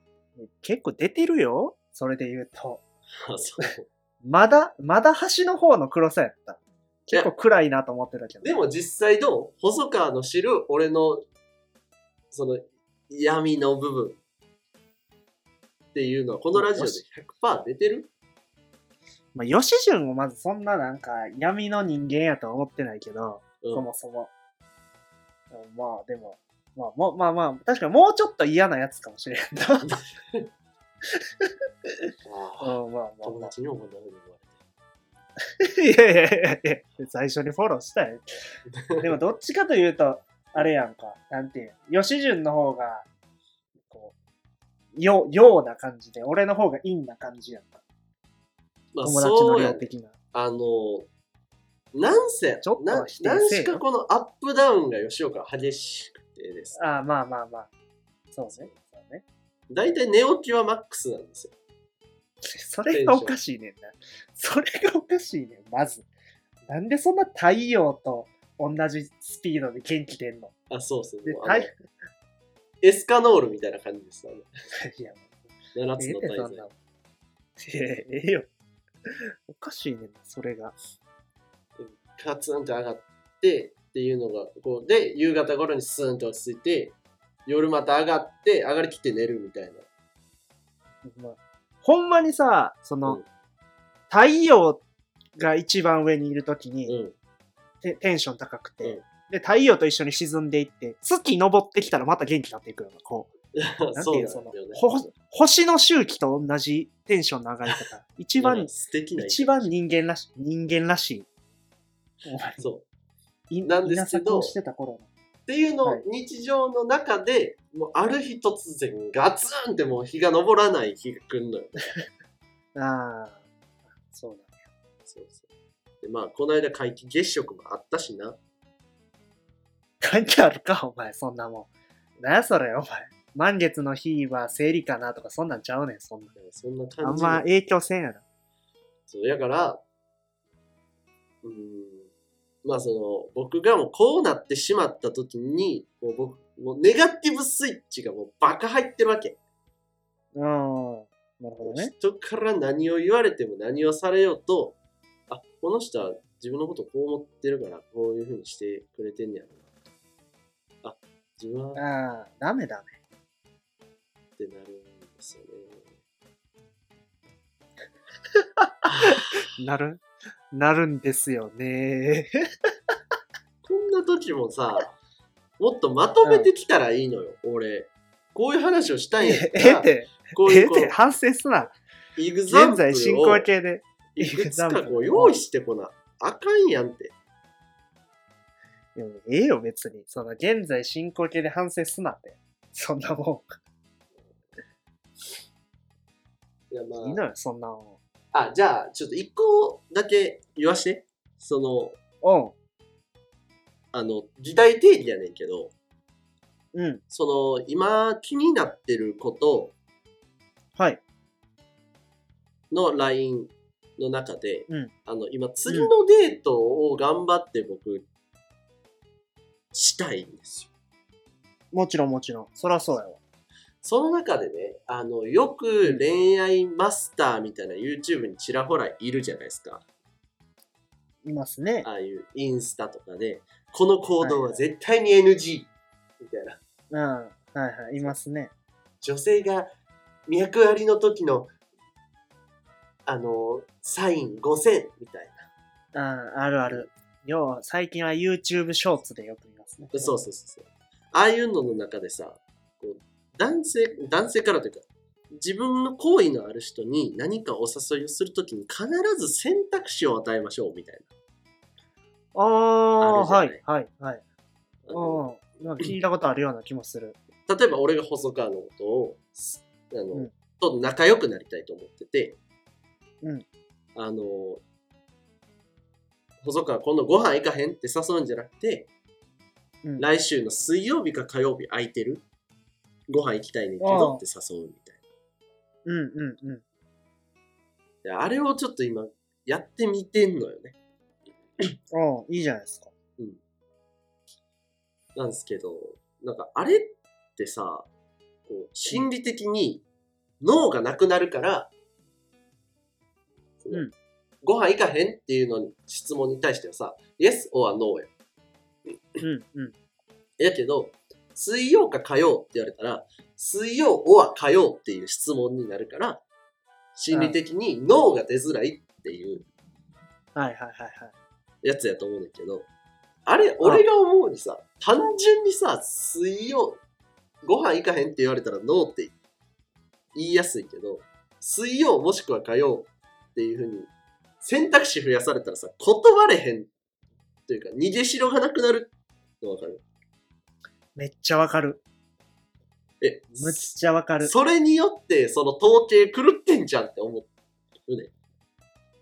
[SPEAKER 1] 結構出てるよ。それで言うと。
[SPEAKER 2] あそう
[SPEAKER 1] まだ、まだ端の方の黒さやった。
[SPEAKER 2] い
[SPEAKER 1] 結
[SPEAKER 2] や
[SPEAKER 1] 構暗いなと思ってたけど。
[SPEAKER 2] でも実際どう細川の知る俺の、その闇の部分っていうのは、このラジオで100%出てる
[SPEAKER 1] まあ、吉純もまずそんななんか闇の人間やとは思ってないけど、
[SPEAKER 2] うん
[SPEAKER 1] そもそも。でもまあでも、まあもうまあまあ、確かにもうちょっと嫌なやつかもしれんな。うん
[SPEAKER 2] あ ー
[SPEAKER 1] まあまあ
[SPEAKER 2] 友
[SPEAKER 1] まあ。
[SPEAKER 2] 達にもこんな風に思われて
[SPEAKER 1] いやいやいやいや、最初にフォロー したい。でもどっちかというと、あれやんか、なんていうの、吉純の方が、こう、よ、ような感じで、俺の方が陰な感じやんか。
[SPEAKER 2] まあ、
[SPEAKER 1] 友達
[SPEAKER 2] そ
[SPEAKER 1] の
[SPEAKER 2] うや
[SPEAKER 1] よう
[SPEAKER 2] ね
[SPEAKER 1] 的な。
[SPEAKER 2] あの、なんせ、
[SPEAKER 1] ちょっと
[SPEAKER 2] な
[SPEAKER 1] は否定せえよ
[SPEAKER 2] 何しかこのアップダウンが吉岡は激しくてですね。
[SPEAKER 1] ああ、まあまあまあ。そうね。そうね。
[SPEAKER 2] 大体寝起きはマックスなんですよ。
[SPEAKER 1] それがおかしいねんな。それがおかしいねん、まず。なんでそんな太陽と同じスピードで元気出んの
[SPEAKER 2] あ、そうそう。
[SPEAKER 1] で
[SPEAKER 2] もうあ
[SPEAKER 1] 太
[SPEAKER 2] のエスカノールみたいな感じです。あ
[SPEAKER 1] いや、
[SPEAKER 2] の7
[SPEAKER 1] え
[SPEAKER 2] つ
[SPEAKER 1] え
[SPEAKER 2] の
[SPEAKER 1] でそ
[SPEAKER 2] 大
[SPEAKER 1] ん
[SPEAKER 2] 罪
[SPEAKER 1] な。もん。いや、ええよ。おかしいねんな、それが。
[SPEAKER 2] カツンって上がってっていうのが、こう、で、夕方頃にスーンと落ち着いて、夜また上がって、上がりきって寝るみたいな。
[SPEAKER 1] まあほんまにさ、その、
[SPEAKER 2] うん
[SPEAKER 1] 太陽が一番上にいるとき
[SPEAKER 2] う
[SPEAKER 1] に、
[SPEAKER 2] ん。
[SPEAKER 1] テテンション高くて、
[SPEAKER 2] うん
[SPEAKER 1] で、太陽と一緒に沈んでいって、月登ってきたらまた元気になっていくような、こう。なんて
[SPEAKER 2] そう
[SPEAKER 1] い
[SPEAKER 2] なん
[SPEAKER 1] う
[SPEAKER 2] だ
[SPEAKER 1] その
[SPEAKER 2] よね。
[SPEAKER 1] ほ星の周期と同じテンションの上がり 方。一
[SPEAKER 2] なん
[SPEAKER 1] 番
[SPEAKER 2] か、素敵な
[SPEAKER 1] 一番人間らしい。人間らしい。お前
[SPEAKER 2] そう。
[SPEAKER 1] い
[SPEAKER 2] なんです
[SPEAKER 1] 稲
[SPEAKER 2] けど
[SPEAKER 1] 作をしてた頃の。
[SPEAKER 2] っていうの
[SPEAKER 1] は
[SPEAKER 2] を
[SPEAKER 1] い
[SPEAKER 2] 日常の中で、もうある日突然ガツンってもう日が昇らない日が来るのよ。
[SPEAKER 1] ああ、そうだね。
[SPEAKER 2] そうそう。で、まあ、この間皆既月食もあったしな。
[SPEAKER 1] 関係あるか、お前、そんなもん。なやそれ、お前。満月の日は生理かなとか、そんなんちゃうねん、そんな。
[SPEAKER 2] そんな
[SPEAKER 1] あ
[SPEAKER 2] 感
[SPEAKER 1] ん
[SPEAKER 2] じ。
[SPEAKER 1] ま影響せんやろ。
[SPEAKER 2] そう、だから、うーん、まあその、僕がもうこうなってしまった時に、もう僕、もうネガティブスイッチがもうバカ入ってるわけ。
[SPEAKER 1] うん。なるほどね。
[SPEAKER 2] 人から何を言われても何をされようと、あ、この人は自分のことこう思ってるから、こういうふうにしてくれてんねやろな。あ、自分はっ
[SPEAKER 1] ああ、ダメダメ。
[SPEAKER 2] てなるんですよね。
[SPEAKER 1] なるなるんですよね。
[SPEAKER 2] こんな時もさ、もっとまとめてきたらいいのよ、俺。こういう話をしたいんや
[SPEAKER 1] ええっ、て、
[SPEAKER 2] こう
[SPEAKER 1] え
[SPEAKER 2] い
[SPEAKER 1] え
[SPEAKER 2] う
[SPEAKER 1] っ
[SPEAKER 2] こう
[SPEAKER 1] て、反省すな。
[SPEAKER 2] イグザン
[SPEAKER 1] 現
[SPEAKER 2] プル
[SPEAKER 1] 在進行
[SPEAKER 2] を
[SPEAKER 1] 形で。
[SPEAKER 2] いくつかこ
[SPEAKER 1] example
[SPEAKER 2] う用意してこな。あかんやんって。
[SPEAKER 1] でもええよ、別に。その、現在進行形で反省すなって。そんなも
[SPEAKER 2] いやま
[SPEAKER 1] ん。いいのよ、そんなも
[SPEAKER 2] あ、あ、じゃあ、ちょっと一個だけ言わして。その、
[SPEAKER 1] ん。
[SPEAKER 2] あの、議題定義やねんけど、
[SPEAKER 1] うん。うん。
[SPEAKER 2] その、今気になってること
[SPEAKER 1] はい。
[SPEAKER 2] の LINE の中で、
[SPEAKER 1] うん
[SPEAKER 2] あの、今次のデートを頑張って僕、したいんですよ。
[SPEAKER 1] もちろんもちろん。そらそうやわ。
[SPEAKER 2] その中でね、あの、よく恋愛マスターみたいな YouTube にちらほらいるじゃないですか。
[SPEAKER 1] いますね。
[SPEAKER 2] ああいうインスタとかで、この行動は絶対に NG! みたいな。
[SPEAKER 1] うん。はいはい。いますね。
[SPEAKER 2] 女性が脈ありの時の、あの、サイン5000みたい
[SPEAKER 1] うん。あるある。要は、最近は YouTube ショーツでよく見ますね。
[SPEAKER 2] な。そうそうそうそう。ああいうのの中でさ、こう男性、男性からというか、自分の好意のある人に何かお誘いをするときに必ず選択肢を与えましょうみたい
[SPEAKER 1] ああ、
[SPEAKER 2] あるじゃな
[SPEAKER 1] はいい、はい、はい。
[SPEAKER 2] な。あの
[SPEAKER 1] うん。なんか聞いたことあるような気もする。
[SPEAKER 2] 例えば俺が細川のことをすあの、
[SPEAKER 1] うん
[SPEAKER 2] と仲良くなりたいと思ってて、
[SPEAKER 1] うん
[SPEAKER 2] あの細川今度ご飯行かへんって誘うんじゃなくて
[SPEAKER 1] うん。
[SPEAKER 2] 来週の水曜日か火曜日空いてるご飯行きたいねんけどって誘うみたい
[SPEAKER 1] うんうんうん。
[SPEAKER 2] であれをちょっと今、やってみてんのよね。
[SPEAKER 1] ああ、いいじゃないですか。
[SPEAKER 2] なんですけど、なんかあれってさ、こう心理的に脳がなくなるから、
[SPEAKER 1] うん
[SPEAKER 2] ご飯行かへんっていうのに質問に対してはさ、Yes or No や。
[SPEAKER 1] うんうん。
[SPEAKER 2] やけど、水曜か火曜って言われたら、水曜 or 火曜っていう質問になるから、心理的に脳が出づらいっていう
[SPEAKER 1] はいはいはいはい。
[SPEAKER 2] やつやと思うねんだけど、あれ、俺が思うにさ、単純にさ、水曜、ご飯行かへんって言われたらノーって言いやすいけど、水曜もしくは火曜っていうふうに選択肢増やされたらさ、断れへんというか、逃げしろがなくなるのわかる
[SPEAKER 1] めっちゃわかる。
[SPEAKER 2] え、
[SPEAKER 1] むっちゃわかる。
[SPEAKER 2] それによって、その統計狂ってんじゃんって思うね。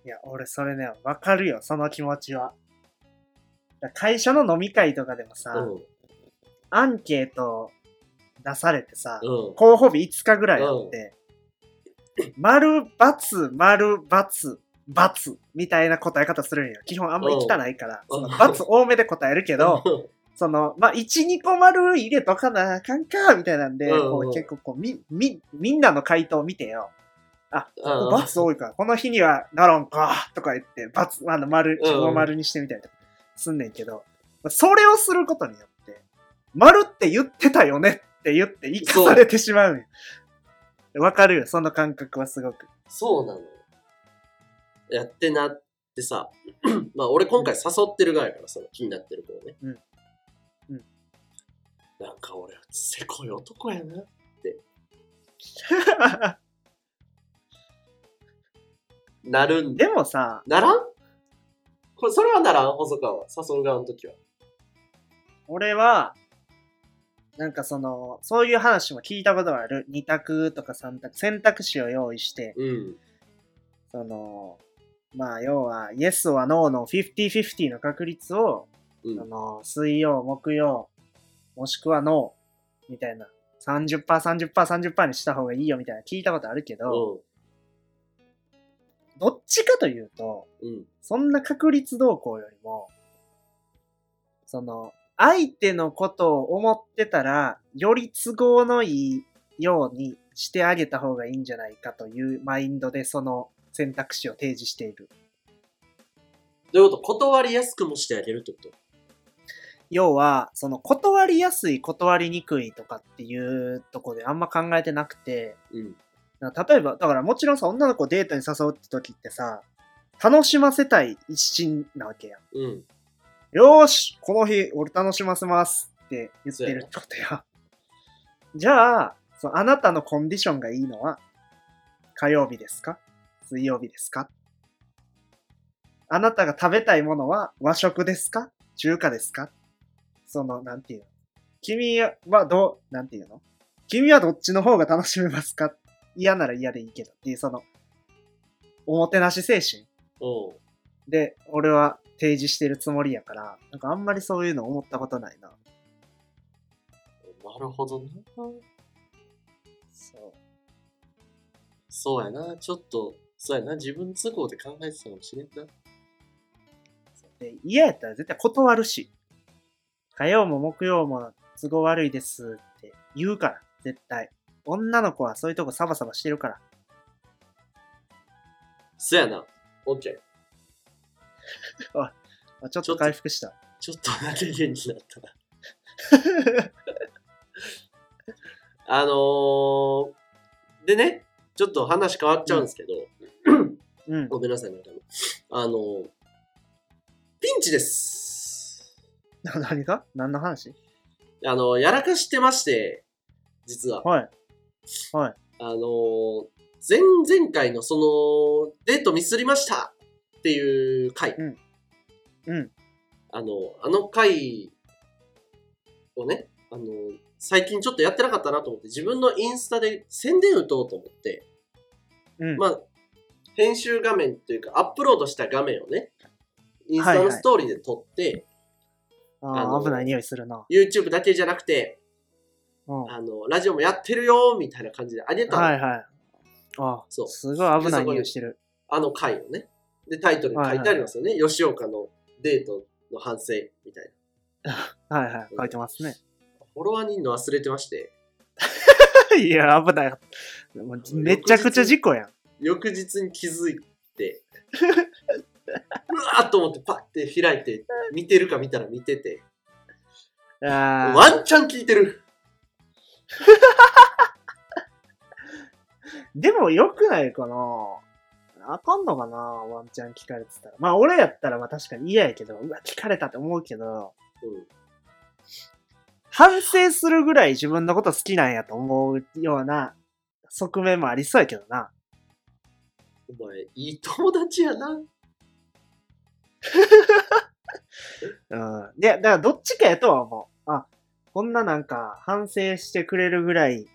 [SPEAKER 1] いや、俺それね、わかるよ、その気持ちは。だ会社の飲み会とかでもさ、
[SPEAKER 2] うん。
[SPEAKER 1] アンケート出されてさ、
[SPEAKER 2] うん。
[SPEAKER 1] 候補日5日ぐらいあって、丸、×、丸、×、×みたいな答え方するんよ。基本あんまり汚いから、
[SPEAKER 2] う
[SPEAKER 1] そ
[SPEAKER 2] ん
[SPEAKER 1] の×多めで答えるけ ど、その、まあ、1、2個丸入れとかなあかんか、みたいなんで、
[SPEAKER 2] うん
[SPEAKER 1] こう結構こう、み、み、みんなの回答を見てよ。
[SPEAKER 2] うん、
[SPEAKER 1] バツ多いから、この日にはならんか、とか言って、バツ、あの、丸、
[SPEAKER 2] うん
[SPEAKER 1] 中央丸にしてみたいとか、すんねんけど、それをすることによって、丸って言ってたよねって言って、生かされてしまうんよ。わかるよ、その感覚はすごく。
[SPEAKER 2] そうなのよ。やってなってさ、 まあ俺今回誘ってる側やから、その気になってる子をね。
[SPEAKER 1] うんうん
[SPEAKER 2] なんか俺、せこい男やな。なるんで。
[SPEAKER 1] でもさ、
[SPEAKER 2] ならんこれ、それはならん、細川は。誘う側の時は。
[SPEAKER 1] 俺は、なんかその、そういう話も聞いたことがある。二択とか三択、選択肢を用意して、
[SPEAKER 2] うん。
[SPEAKER 1] その、まあ、要は、イエスはノーの50-50の確率を、
[SPEAKER 2] う
[SPEAKER 1] あ
[SPEAKER 2] ん。
[SPEAKER 1] の、水曜、木曜、もしくはノー、みたいな。30%、30%、30%にした方がいいよみたいな聞いたことあるけど、どっちかというと、
[SPEAKER 2] うん。うん。
[SPEAKER 1] そんな確率動向よりも、その、相手のことを思ってたら、より都合のいいようにしてあげた方がいいんじゃないかというマインドでその選択肢を提示している。
[SPEAKER 2] どういうこと断りやすくもしてあげるってこと
[SPEAKER 1] 要は、その断りやすい、断りにくいとかっていうとこであんま考えてなくて、
[SPEAKER 2] うん。
[SPEAKER 1] だから例えば、だからもちろんさ、女の子をデートに誘うって時ってさ、楽しませたい一心なわけやん。
[SPEAKER 2] うん。
[SPEAKER 1] よーしこの日、俺楽しませますって言ってるってことや。じゃあ、そうあなたのコンディションがいいのは、火曜日ですか水曜日ですかあなたが食べたいものは和食ですか中華ですかその、なんていうの君はどう、なんていうの君はどっちの方が楽しめますか嫌なら嫌でいいけどっていう、その、おもてなし精神
[SPEAKER 2] おう
[SPEAKER 1] で、俺は提示してるつもりやから、なんかあんまりそういうの思ったことないな。
[SPEAKER 2] なるほどな。
[SPEAKER 1] そう。
[SPEAKER 2] そうやな。ちょっと、そうやな。自分都合で考えてたかもしれんな。
[SPEAKER 1] で、嫌やったら絶対断るし。火曜も木曜も都合悪いですって言うから、絶対。女の子はそういうとこサバサバしてるから。
[SPEAKER 2] そやな。オッケー。
[SPEAKER 1] あちょっ
[SPEAKER 2] ち
[SPEAKER 1] と
[SPEAKER 2] ょっと
[SPEAKER 1] 回復した。
[SPEAKER 2] ちょっとだけ元気になったな。あのー、でね、ちょっと話変わっちゃうんですけど、
[SPEAKER 1] うん。
[SPEAKER 2] ごめんなさい、なんかあのー、ピンチです。
[SPEAKER 1] な 何が何の話
[SPEAKER 2] あのーやらかしてまして、実は。
[SPEAKER 1] はい。
[SPEAKER 2] あのー、前々回のその、デートミスりましたっていう回。
[SPEAKER 1] うんうん
[SPEAKER 2] あの、あの回をね、あの、最近ちょっとやってなかったなと思って、自分のインスタで宣伝打とうと思って、
[SPEAKER 1] うん。
[SPEAKER 2] まあ、編集画面というか、アップロードした画面をね、インスタ
[SPEAKER 1] はい
[SPEAKER 2] の
[SPEAKER 1] はい
[SPEAKER 2] ストーリーで撮って、
[SPEAKER 1] あー
[SPEAKER 2] あのー
[SPEAKER 1] 危ない匂いするな。
[SPEAKER 2] YouTube だけじゃなくて、
[SPEAKER 1] うん。は
[SPEAKER 2] あの、ラジオもやってるよみたいな感じで上げ
[SPEAKER 1] い
[SPEAKER 2] たの
[SPEAKER 1] はい。あ
[SPEAKER 2] そう
[SPEAKER 1] すごい危ない匂いしてる。
[SPEAKER 2] あの回をね。で、タイトルに書いてありますよね。吉岡のデートの反省みたいな。
[SPEAKER 1] はいはい、書いてますね。
[SPEAKER 2] フォロワーにいるの忘れてまして、
[SPEAKER 1] いや、危ない。もうめちゃくちゃ事故 やん。
[SPEAKER 2] 翌日に気づいて、うわーっと思ってパッて開いて、見てるか見たら見てて、
[SPEAKER 1] あ
[SPEAKER 2] ワンチャン聞いてる。
[SPEAKER 1] ーでも良くないかなあかんのかなワンチャン聞かれてたら。まあ俺やったらまあ確かに嫌やけど、うわ、聞かれたと思うけど、
[SPEAKER 2] うん
[SPEAKER 1] 反省するぐらい自分のこと好きなんやと思うような側面もありそうやけどな。
[SPEAKER 2] お前、いい友達やな。
[SPEAKER 1] うん。で、だからどっちかやとは思う。あ、こんななんか反省してくれるぐらい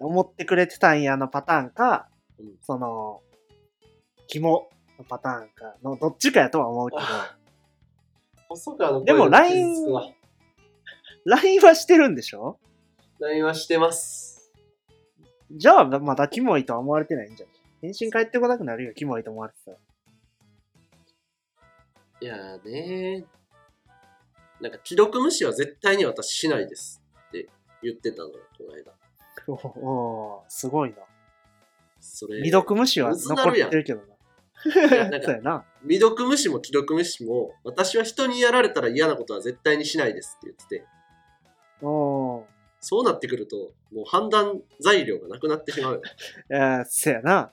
[SPEAKER 1] 思ってくれてたんやのパターンか、
[SPEAKER 2] うん
[SPEAKER 1] その、肝のパターンかのどっちかやとは思うけど、
[SPEAKER 2] あ細川の
[SPEAKER 1] でも LINE
[SPEAKER 2] 傷つくわ
[SPEAKER 1] LINE はしてるんでしょ
[SPEAKER 2] LINE はしてます。
[SPEAKER 1] じゃあまだキモいとは思われてないんじゃない返信返ってこなくなるよ、キモいと思われて たら。
[SPEAKER 2] いやーねー。なんか、既読無視は絶対に私しないですって言ってたのよ、この間。
[SPEAKER 1] おおーすごいな。
[SPEAKER 2] それ
[SPEAKER 1] 未読無視は
[SPEAKER 2] むずな
[SPEAKER 1] 残っ
[SPEAKER 2] る
[SPEAKER 1] て
[SPEAKER 2] やん
[SPEAKER 1] るけどな。
[SPEAKER 2] いやなん か
[SPEAKER 1] そうやな。
[SPEAKER 2] 未読無視も既読無視も私は人にやられたら嫌なことは絶対にしないですって言ってて
[SPEAKER 1] おー
[SPEAKER 2] そうなってくるともう判断材料がなくなってしまうよ
[SPEAKER 1] えー、そうやな。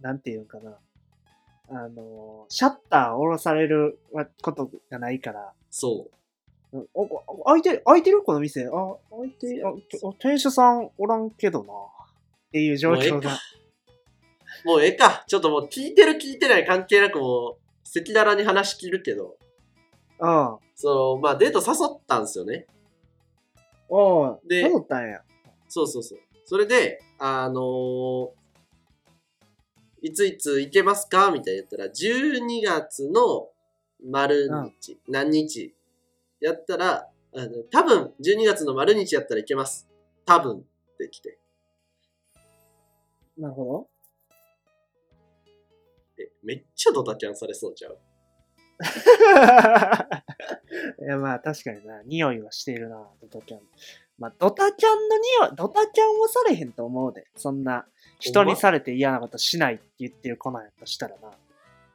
[SPEAKER 1] なんていうんかな。あのーシャッター下ろされることがないから、
[SPEAKER 2] そう
[SPEAKER 1] うんおお開いてる、開いてるこの店。あ、開いて、あ、てあ店主さんおらんけどな。っていう状況
[SPEAKER 2] もうえ
[SPEAKER 1] が。
[SPEAKER 2] もうええかちょっともう聞いてる聞いてない関係なくもう赤裸々に話し切るけど
[SPEAKER 1] うん。
[SPEAKER 2] そのまあデート誘ったんですよね
[SPEAKER 1] おう
[SPEAKER 2] で
[SPEAKER 1] そうだったんや。
[SPEAKER 2] そうそうそうそれであのーいついつ行けますかみたいな言ったら12月の丸日、何日やったらあの多分12月の丸日やったらいけます多分ってきて
[SPEAKER 1] なるほ
[SPEAKER 2] えめっちゃドタキャンされそうちゃう
[SPEAKER 1] ど。 いや、まあ確かにな。匂いはしているな、ドタキャン。まあ、ドタキャンの匂い、ドタキャンはされへんと思うで。そんな、人にされて嫌なことしないって言ってる子なんやとしたらな。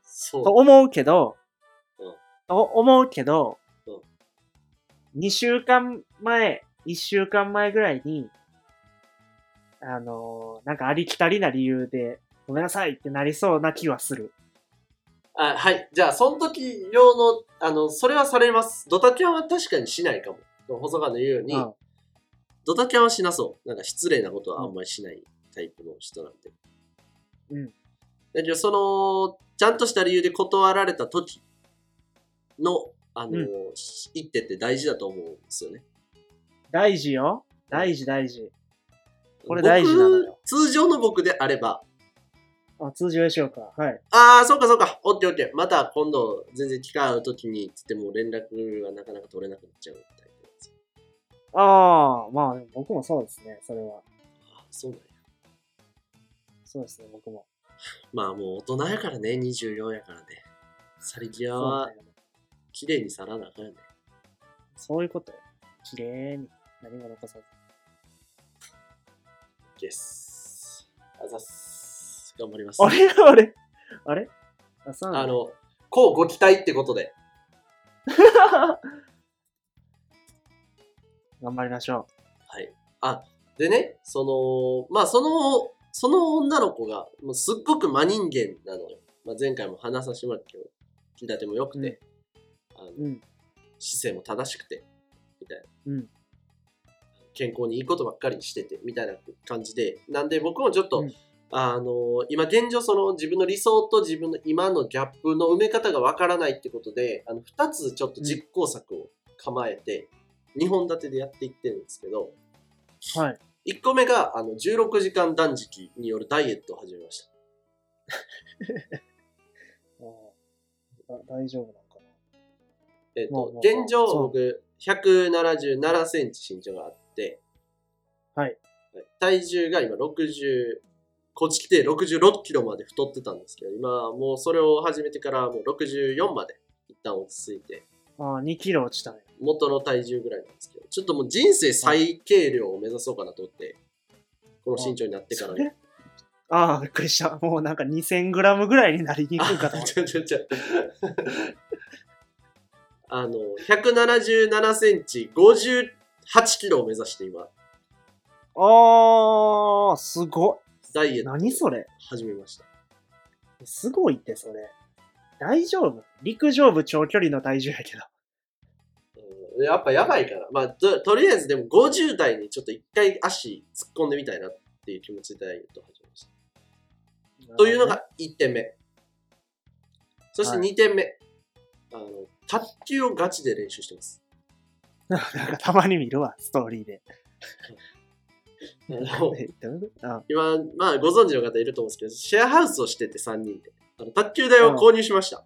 [SPEAKER 2] そう
[SPEAKER 1] と思うけど、
[SPEAKER 2] うん
[SPEAKER 1] と思うけど、
[SPEAKER 2] うん
[SPEAKER 1] 2週間前、1週間前ぐらいに、あのーなんかありきたりな理由で、ごめんなさいってなりそうな気はする。
[SPEAKER 2] あはいじゃあその時用のあのそれはされますドタキャンは確かにしないかも細川の言うように、
[SPEAKER 1] うん
[SPEAKER 2] ドタキャンはしなそう。なんか失礼なことはあんまりしないタイプの人なんで。
[SPEAKER 1] うん。
[SPEAKER 2] だけど、その、ちゃんとした理由で断られた時の、あの、
[SPEAKER 1] うん
[SPEAKER 2] 一手って大事だと思うんですよね。
[SPEAKER 1] 大事よ。大事大事。これ大事なのよ
[SPEAKER 2] 僕通常の僕であれば、
[SPEAKER 1] あ、通常でしょうか。はい。
[SPEAKER 2] ああ、そうかそうか、オッケーオッケー、また今度全然機会ある時に、つっても連絡がなかなか取れなくなっちゃうタイプなんですよ。
[SPEAKER 1] ああ、まあでも僕もそうですね。それは。
[SPEAKER 2] あーそうなんや。
[SPEAKER 1] そうですね、僕も。
[SPEAKER 2] まあもう大人やからね、24やからね。去り際
[SPEAKER 1] そう
[SPEAKER 2] は
[SPEAKER 1] だよね
[SPEAKER 2] 綺麗に去らなあかんよね。
[SPEAKER 1] そういうことよ。綺麗に。何も残さず。
[SPEAKER 2] です。あざっす。頑張ります。
[SPEAKER 1] あれあれあれあ、そうな
[SPEAKER 2] あ
[SPEAKER 1] んだ。
[SPEAKER 2] の、こうご期待ってことで。
[SPEAKER 1] 頑張りましょう。
[SPEAKER 2] はい。あ、でね、その、まあ、その、その女の子が、もうすっごく真人間なのよ。まあ、前回も話させてもらったけど、気立ても良くて、あの
[SPEAKER 1] うん。
[SPEAKER 2] 姿勢も正しくて、みたいな。
[SPEAKER 1] うん
[SPEAKER 2] 健康にいいことばっかりしてて、みたいな感じで。なんで僕もちょっと、
[SPEAKER 1] うん
[SPEAKER 2] あの今現状その自分の理想と自分の今のギャップの埋め方がわからないってことで、あの、二つちょっと実行策を構えて、二本立てでやっていってるんですけど、
[SPEAKER 1] はい。
[SPEAKER 2] 1個目があの16時間断食によるダイエットを始めました。
[SPEAKER 1] あ大丈夫なのか
[SPEAKER 2] えっ、
[SPEAKER 1] もう
[SPEAKER 2] と
[SPEAKER 1] も、う
[SPEAKER 2] 現状
[SPEAKER 1] そう
[SPEAKER 2] 僕177センチ身長があって、
[SPEAKER 1] はい
[SPEAKER 2] 体重が今65こっち来て66キロまで太ってたんですけど、今はもうそれを始めてからもう64まで一旦落ち着いて、
[SPEAKER 1] ああ、2キロ落ちたね。
[SPEAKER 2] 元の体重ぐらいなんですけど、ちょっともう人生最軽量を目指そうかなと思って、この身長になってから
[SPEAKER 1] そ
[SPEAKER 2] ね。
[SPEAKER 1] れああ、びっくりした。もうなんか2000グラムぐらいになりにくいかと思
[SPEAKER 2] あ
[SPEAKER 1] っ
[SPEAKER 2] ちょちょちょ。あの、177センチ、58キロを目指して今、
[SPEAKER 1] た。ああ、すご
[SPEAKER 2] ダイエ
[SPEAKER 1] い。
[SPEAKER 2] ット
[SPEAKER 1] 何それ
[SPEAKER 2] 始めました。
[SPEAKER 1] すごいって、それ。大丈夫陸上部長距離の体重やけど。
[SPEAKER 2] うんやっぱやばいから。まあ、ととりあえずでも50代にちょっと一回足突っ込んでみたいなっていう気持ちでダイエットを始めました。 というのが1点目。そして
[SPEAKER 1] はい
[SPEAKER 2] 2点目。あの、卓球をガチで練習してます。
[SPEAKER 1] なるほどね。なんかたまに見るわ、ストーリーで。
[SPEAKER 2] あの
[SPEAKER 1] えどういうことあ
[SPEAKER 2] 今、まあご存知の方いると思うんですけど、シェアハウスをしてて3人で。あの卓球台を購入しました。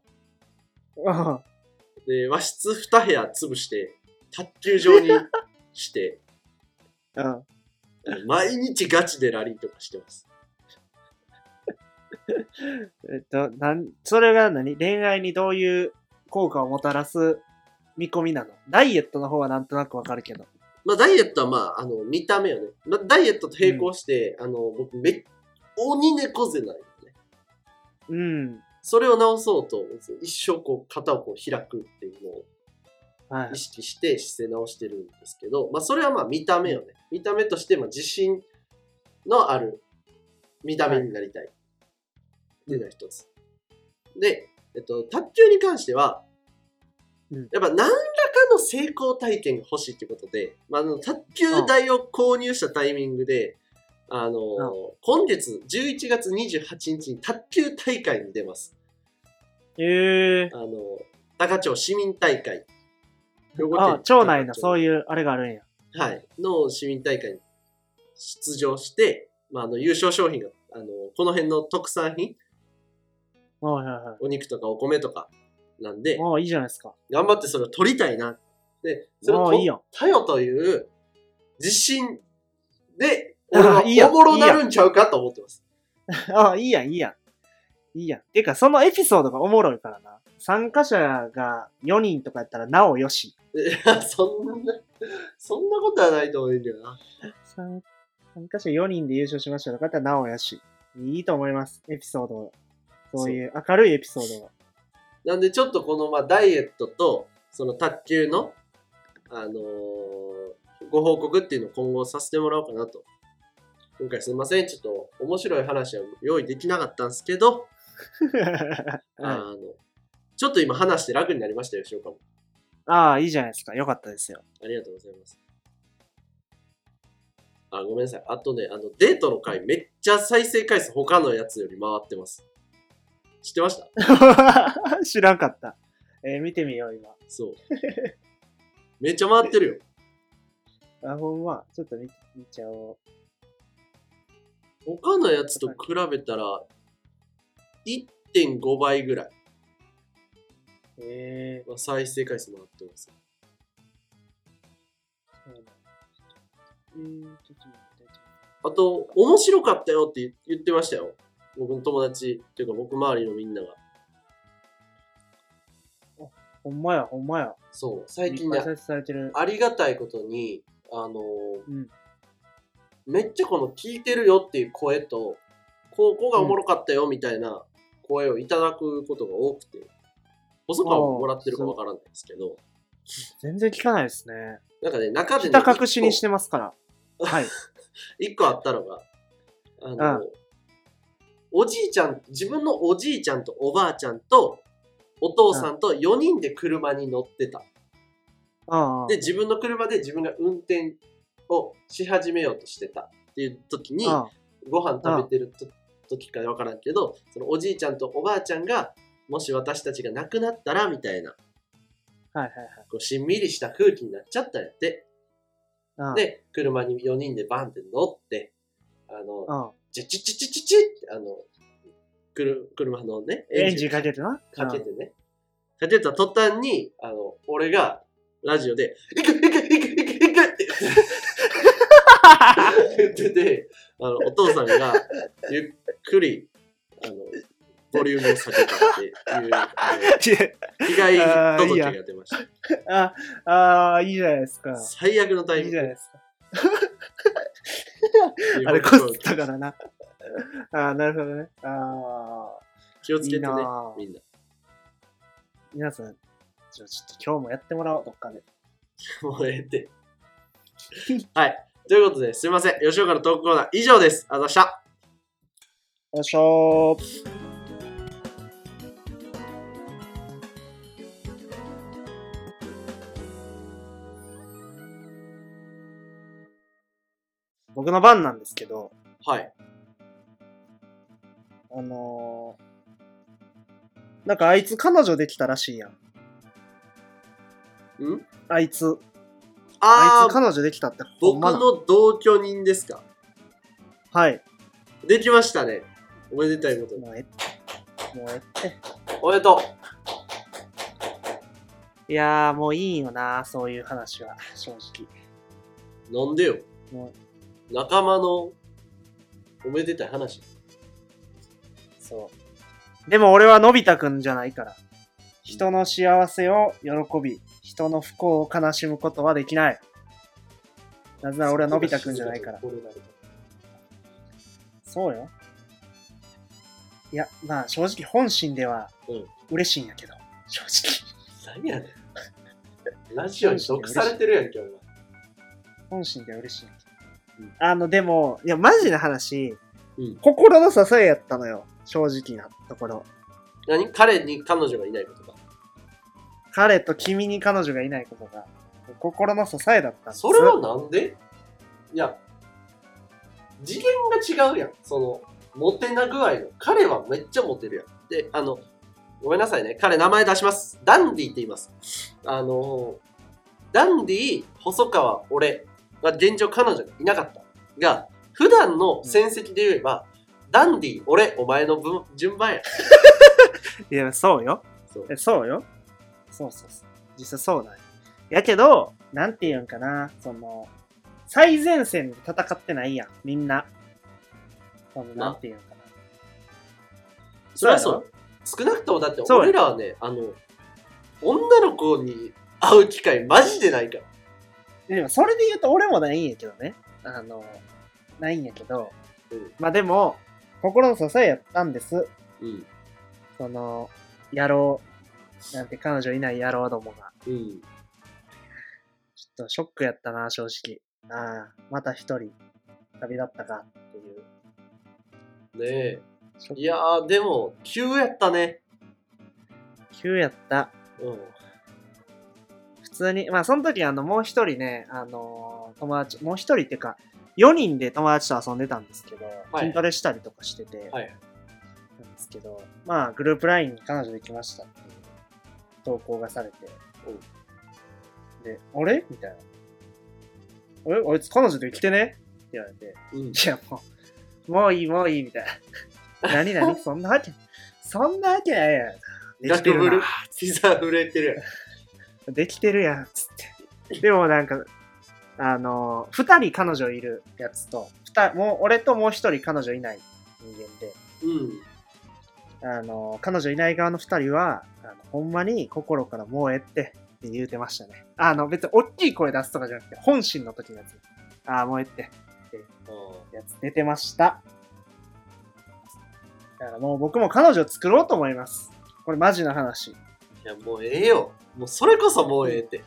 [SPEAKER 1] あ
[SPEAKER 2] で、和室2部屋潰して、卓球場にして、
[SPEAKER 1] うん。
[SPEAKER 2] 毎日ガチでラリーとかしてます。
[SPEAKER 1] えっと、なん、それが何恋愛にどういう効果をもたらす見込みなのダイエットの方はなんとなくわかるけど。
[SPEAKER 2] まあ、ダイエットは、まあ、あの見た目よね。まあダイエットと並行して、あの僕め、鬼猫背なんよね。
[SPEAKER 1] うん。
[SPEAKER 2] それを直そうと思うんですよ、一生こう肩をこう開くっていうのを
[SPEAKER 1] はい
[SPEAKER 2] 意。識して姿勢直してるんですけど、まあ、それはまあ見た目よね。見た目として、まあ、自信のある見た目になりたい。っていうのが一つ。で、えっと、卓球に関しては、
[SPEAKER 1] うん
[SPEAKER 2] やっぱ何らかの成功体験が欲しいってことで、まあ、あの卓球台を購入したタイミングで、あの
[SPEAKER 1] うん
[SPEAKER 2] 今月11月28日に卓球大会に出ます。
[SPEAKER 1] ええ
[SPEAKER 2] あの高町市民大会。
[SPEAKER 1] ああ、町内の
[SPEAKER 2] う
[SPEAKER 1] そういう、あれがあるんや。
[SPEAKER 2] はい、の市民大会に出場して、まあ、あの優勝商品があのこの辺の特産品
[SPEAKER 1] はいはいはい。
[SPEAKER 2] お肉とかお米とかなんで
[SPEAKER 1] もういいじゃないですか。
[SPEAKER 2] 頑張ってそれを取りたいなでそれを
[SPEAKER 1] もういい
[SPEAKER 2] 取っ
[SPEAKER 1] よ。
[SPEAKER 2] たよという自信で
[SPEAKER 1] あ
[SPEAKER 2] 俺は
[SPEAKER 1] ーいいや
[SPEAKER 2] おもろなるんちゃうかと思ってます
[SPEAKER 1] ああ、いいやん、いいやん。いいやん。てか、そのエピソードがおもろいからな。参加者が4人とかやったら、なおよし。
[SPEAKER 2] いやそんなそんなことはないと思うんだよな
[SPEAKER 1] 参参加者4人で優勝しましたとかやったら、なおよし。いいと思います。エピソードをそういう明るいエピソードが。
[SPEAKER 2] なんでちょっとこのまあダイエットとその卓球の、あのーご報告っていうのを今後させてもらおうかなと。今回すいません、ちょっと面白い話は用意できなかったんですけど、あ
[SPEAKER 1] はい
[SPEAKER 2] のちょっと今話して楽になりましたよ、吉岡も。
[SPEAKER 1] ああ、いいじゃないですか。よかったですよ。
[SPEAKER 2] ありがとうございます。あ、ごめんなさい。あとね、あのデートの回めっちゃ再生回数他のやつより回ってます。知ってました
[SPEAKER 1] 知らんかった。えー見てみよう、今。
[SPEAKER 2] そう。めっちゃ回ってるよ。
[SPEAKER 1] あ、ほんま。ちょっと見見ちゃおう。
[SPEAKER 2] 他のやつと比べたら1.5倍ぐらい
[SPEAKER 1] え
[SPEAKER 2] は再生回数もらってます。
[SPEAKER 1] ー、そうなんだえー、ちょっと待って。
[SPEAKER 2] あと、面白かったよって言ってましたよ。僕の友達っていうか僕周りのみんなが。
[SPEAKER 1] ほんまや、ほんまや。
[SPEAKER 2] そう、最近
[SPEAKER 1] いっ
[SPEAKER 2] ね
[SPEAKER 1] ぱ、い再生されてる。
[SPEAKER 2] ありがたいことに、あのー
[SPEAKER 1] うん
[SPEAKER 2] めっちゃこの聞いてるよっていう声と、ここがおもろかったよみたいな声をいただくことが多くて、細川ももらってるかわからないですけど、
[SPEAKER 1] 全然聞かないですね。
[SPEAKER 2] なんかね、中で
[SPEAKER 1] ひ
[SPEAKER 2] ね、
[SPEAKER 1] た隠しにしてますから。はい。
[SPEAKER 2] 一個あったのが、あの、
[SPEAKER 1] う
[SPEAKER 2] おじいちゃん、自分のおじいちゃんとおばあちゃんと、お父さんと4人で車に乗ってた。
[SPEAKER 1] ああ。
[SPEAKER 2] で、自分の車で自分が運転をし始めようとしてたっていう時に、
[SPEAKER 1] あ
[SPEAKER 2] ご飯食べてると時かわからんけど、そのおじいちゃんとおばあちゃんが、もし私たちが亡くなったら、みたいな、
[SPEAKER 1] あはい
[SPEAKER 2] こうしんみりした空気になっちゃったんやって。
[SPEAKER 1] はいはい。
[SPEAKER 2] で、車に4人でバンって乗って、あの、
[SPEAKER 1] ああ、
[SPEAKER 2] チチチチチチって、あの、くる車のね、
[SPEAKER 1] エンジンかけてな。
[SPEAKER 2] かけてね。かけた途端に、あの、俺が、ラジオで、行く行く行く行く行くって言ってて、あの、お父さんが、ゆっくり、あの、ボリュームを下げたっていう、あの被害届が出ました。
[SPEAKER 1] あ、あーいいじゃないですか。
[SPEAKER 2] 最悪のタ
[SPEAKER 1] い
[SPEAKER 2] イミ
[SPEAKER 1] い
[SPEAKER 2] ン
[SPEAKER 1] じ
[SPEAKER 2] グ
[SPEAKER 1] ゃ。ないですか。あれ、コストからな。 あーなるほどね。ああ、
[SPEAKER 2] 気をつけて
[SPEAKER 1] いい
[SPEAKER 2] ね
[SPEAKER 1] なあ、
[SPEAKER 2] みんな。
[SPEAKER 1] 皆さん、じゃあちょっと今日もやってもらおう、どっかで。
[SPEAKER 2] もうええ って。はい。ということで、すいません。吉岡のトークコーナー以上です。あざした。
[SPEAKER 1] よいしょー。僕の番なんですけど、
[SPEAKER 2] はい。
[SPEAKER 1] あのー、なんかあいつ彼女できたらしいやん。
[SPEAKER 2] ん
[SPEAKER 1] あいつ、あ
[SPEAKER 2] あ
[SPEAKER 1] いつ
[SPEAKER 2] ー、
[SPEAKER 1] 彼女できたってほん
[SPEAKER 2] 僕
[SPEAKER 1] まな。
[SPEAKER 2] の同居人ですか。
[SPEAKER 1] はい。
[SPEAKER 2] できましたね。おめでたいことに。
[SPEAKER 1] もうえって。もうえって。
[SPEAKER 2] おめでとう。
[SPEAKER 1] いやーもういいよな、そういう話は、正直。
[SPEAKER 2] なんでよ。
[SPEAKER 1] もう、
[SPEAKER 2] 仲間のおめでたい話。
[SPEAKER 1] そう。でも俺はのび太くんじゃないから。人の幸せを喜び、人の不幸を悲しむことはできない。なぜなら俺はのび太くんじゃないから。
[SPEAKER 2] これだけ
[SPEAKER 1] そうよ。いや、まあ正直本心では
[SPEAKER 2] うん
[SPEAKER 1] 嬉しいんやけど、正直。
[SPEAKER 2] 何やねん。ラジオに毒されてるやんけ、お前。
[SPEAKER 1] 本心では嬉しいんやけど。
[SPEAKER 2] うん
[SPEAKER 1] あの、でも、いや、マジな話、
[SPEAKER 2] うん
[SPEAKER 1] 心の支えやったのよ。正直なところ。
[SPEAKER 2] 何彼に彼女がいないことか。
[SPEAKER 1] 彼と君に彼女がいないことが、心の支えだったんです。
[SPEAKER 2] それはなんでいや、次元が違うやん。その、モテな具合の。彼はめっちゃモテるやん。で、あの、ごめんなさいね。彼名前出します。ダンディって言います。あの、ダンディ、細川、俺は現状彼女がいなかった。が、普段の戦績で言えば、ダンディ、俺、お前の分順番やん。
[SPEAKER 1] いや、そうよ。
[SPEAKER 2] そう
[SPEAKER 1] えそうよ。そうそうそう。実際そうなんよやけど、なんて言うんかな、その、最前線で戦ってないやん、みんな。その、
[SPEAKER 2] まあ
[SPEAKER 1] なんて言うんかな。
[SPEAKER 2] それは
[SPEAKER 1] そう
[SPEAKER 2] そ
[SPEAKER 1] やろ
[SPEAKER 2] う。少なくともだって、
[SPEAKER 1] そうや
[SPEAKER 2] 俺らはね、あの、女の子に会う機会マジでないから。
[SPEAKER 1] でも、それで言うと俺もないんやけどね。あの、ないんやけど。
[SPEAKER 2] うん
[SPEAKER 1] まあでも、心の支えやったんです。
[SPEAKER 2] うん。
[SPEAKER 1] その、野郎、なんて彼女いない野郎どもが。
[SPEAKER 2] うん。
[SPEAKER 1] ちょっとショックやったな、正直。ああ、また一人、旅立ったかっていう。
[SPEAKER 2] ねえ。
[SPEAKER 1] ショック
[SPEAKER 2] いやー、でも、急やったね。
[SPEAKER 1] 急やった。
[SPEAKER 2] うん。
[SPEAKER 1] 普通に、まあその時あのもう一人ね、あのー友達、もう一人っていうか、4人で友達と遊んでたんですけど、
[SPEAKER 2] はい
[SPEAKER 1] 筋トレしたりとかしてて、
[SPEAKER 2] はい
[SPEAKER 1] なんですけど、まあグループ LINE に彼女できましたっていう投稿がされて、で、あれみたいな。あれあいつ彼女できてねって言われて、
[SPEAKER 2] うん。
[SPEAKER 1] いやもう、もういいもういいみたいな。何何そんなわけ、そんなわけないや ん。できてるな。
[SPEAKER 2] 膝震えてる。
[SPEAKER 1] できてるやん、つって。でもなんか、あのー、二人彼女いるやつと、二人、もう俺ともう一人彼女いない人間で、
[SPEAKER 2] うん。
[SPEAKER 1] あのー、彼女いない側の二人は、あのほんまに心からもうええってって言うてましたね。あの、別に大きい声出すとかじゃなくて、本心の時のやつ。ああ、もうええってやつ出てました。だからもう僕も彼女作ろうと思います。これマジな話。
[SPEAKER 2] いや、もうええよ。もうそれこそもうええって。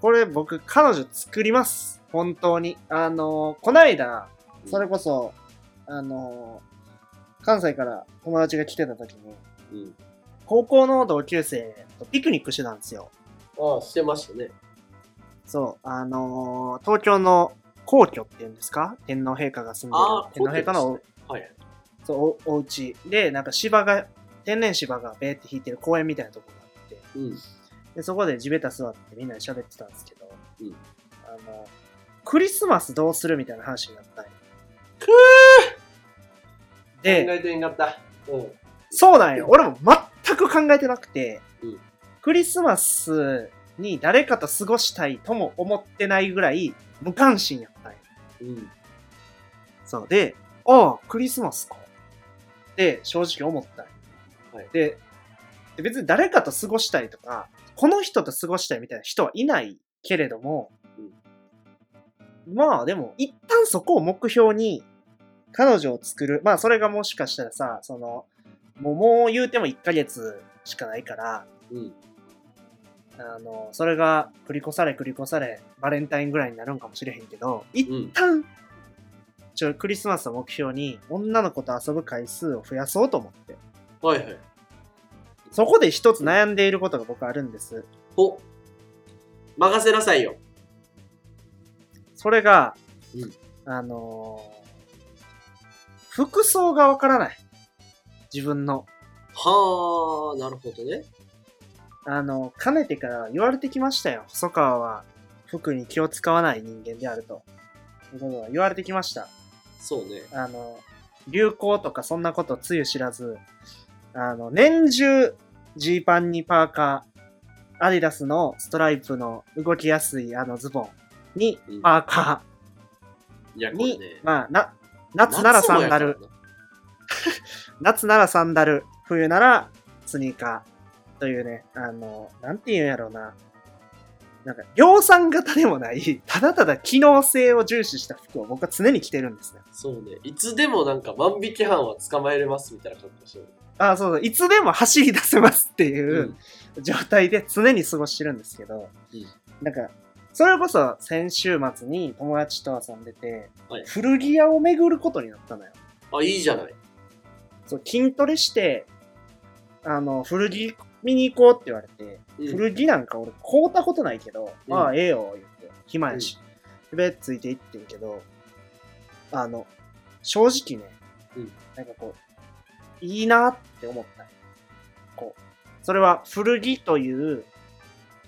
[SPEAKER 1] これ僕、彼女作ります。本当に。あのー、こないだ、それこそ、あのー、関西から友達が来てた時に、
[SPEAKER 2] うん。
[SPEAKER 1] 高校の同級生とピクニックしてたんですよ。
[SPEAKER 2] ああ、してましたね。
[SPEAKER 1] そう、あのー、東京の皇居っていうんですか天皇陛下が住んで
[SPEAKER 2] ああ、
[SPEAKER 1] る。天皇陛下のお
[SPEAKER 2] 皇居でしたねはい。
[SPEAKER 1] そうおお家で、なんか芝が、天然芝がべーって引いてる公園みたいなとこがあって、
[SPEAKER 2] うん。
[SPEAKER 1] で、そこで地べた座ってみんなで喋ってたんですけど、
[SPEAKER 2] うん
[SPEAKER 1] あの、クリスマスどうするみたいな話になったんよ
[SPEAKER 2] く考
[SPEAKER 1] で、
[SPEAKER 2] えてんかった。うん。
[SPEAKER 1] そうなんよ。俺も全く考えてなくて、
[SPEAKER 2] うん
[SPEAKER 1] クリスマスに誰かと過ごしたいとも思ってないぐらい無関心やったんよ。
[SPEAKER 2] うん。
[SPEAKER 1] そう。で、ああ、クリスマスか。って正直思った。
[SPEAKER 2] はい
[SPEAKER 1] で、で別に誰かと過ごしたいとか、この人と過ごしたいみたいな人はいないけれども、まあでも、一旦そこを目標に、彼女を作る。まあそれがもしかしたらさ、その、もうもう言うても1ヶ月しかないから、
[SPEAKER 2] うん。
[SPEAKER 1] あの、それが繰り越され繰り越され、バレンタインぐらいになるんかもしれへんけど、一
[SPEAKER 2] うん。
[SPEAKER 1] 旦、ちょ、クリスマスを目標に、女の子と遊ぶ回数を増やそうと思って。
[SPEAKER 2] はいはい。
[SPEAKER 1] そこで一つ悩んでいることが僕あるんです。
[SPEAKER 2] お任せなさいよ。
[SPEAKER 1] それが、
[SPEAKER 2] うん
[SPEAKER 1] あのー服装がわからない。自分の。
[SPEAKER 2] はあ、なるほどね。
[SPEAKER 1] あの、かねてから言われてきましたよ。細川は服に気を使わない人間であると。ということは言われてきました。
[SPEAKER 2] そうね。
[SPEAKER 1] あの、流行とかそんなことつゆ知らず、あの、年中、ジーパンにパーカー、アディダスのストライプの動きやすいあのズボンに
[SPEAKER 2] うん、
[SPEAKER 1] パーカ
[SPEAKER 2] いや、
[SPEAKER 1] ー
[SPEAKER 2] これ
[SPEAKER 1] に、
[SPEAKER 2] ね。
[SPEAKER 1] まあ、な、夏ならサンダル、
[SPEAKER 2] 夏もやか
[SPEAKER 1] 夏ならサンダル、冬ならスニーカーというね、あの、なんて言うんやろうな。なんか、量産型でもない、ただただ機能性を重視した服を僕は常に着てるんですね。
[SPEAKER 2] らな。そうね。いつでもなんか万引き犯は捕まえれますみたいな格好してる。
[SPEAKER 1] あそうそう、いつでも走り出せますっていうう、状態で常に過ごしてるんですけど、
[SPEAKER 2] う
[SPEAKER 1] なんか、それこそ先週末に友達と遊んでて、
[SPEAKER 2] はい
[SPEAKER 1] 古着屋を巡ることになったのよ。
[SPEAKER 2] あ、いいじゃない。
[SPEAKER 1] そう筋トレして、あの、古着見に行こうって言われて、
[SPEAKER 2] うん。
[SPEAKER 1] 古着なんか俺買うたことないけど、
[SPEAKER 2] うん
[SPEAKER 1] ああ、ええよ、言って、暇やし。で、ついて行ってんけど、あの、正直ね、
[SPEAKER 2] うん
[SPEAKER 1] なんかこう、いいなって思った。こう、それは古着という、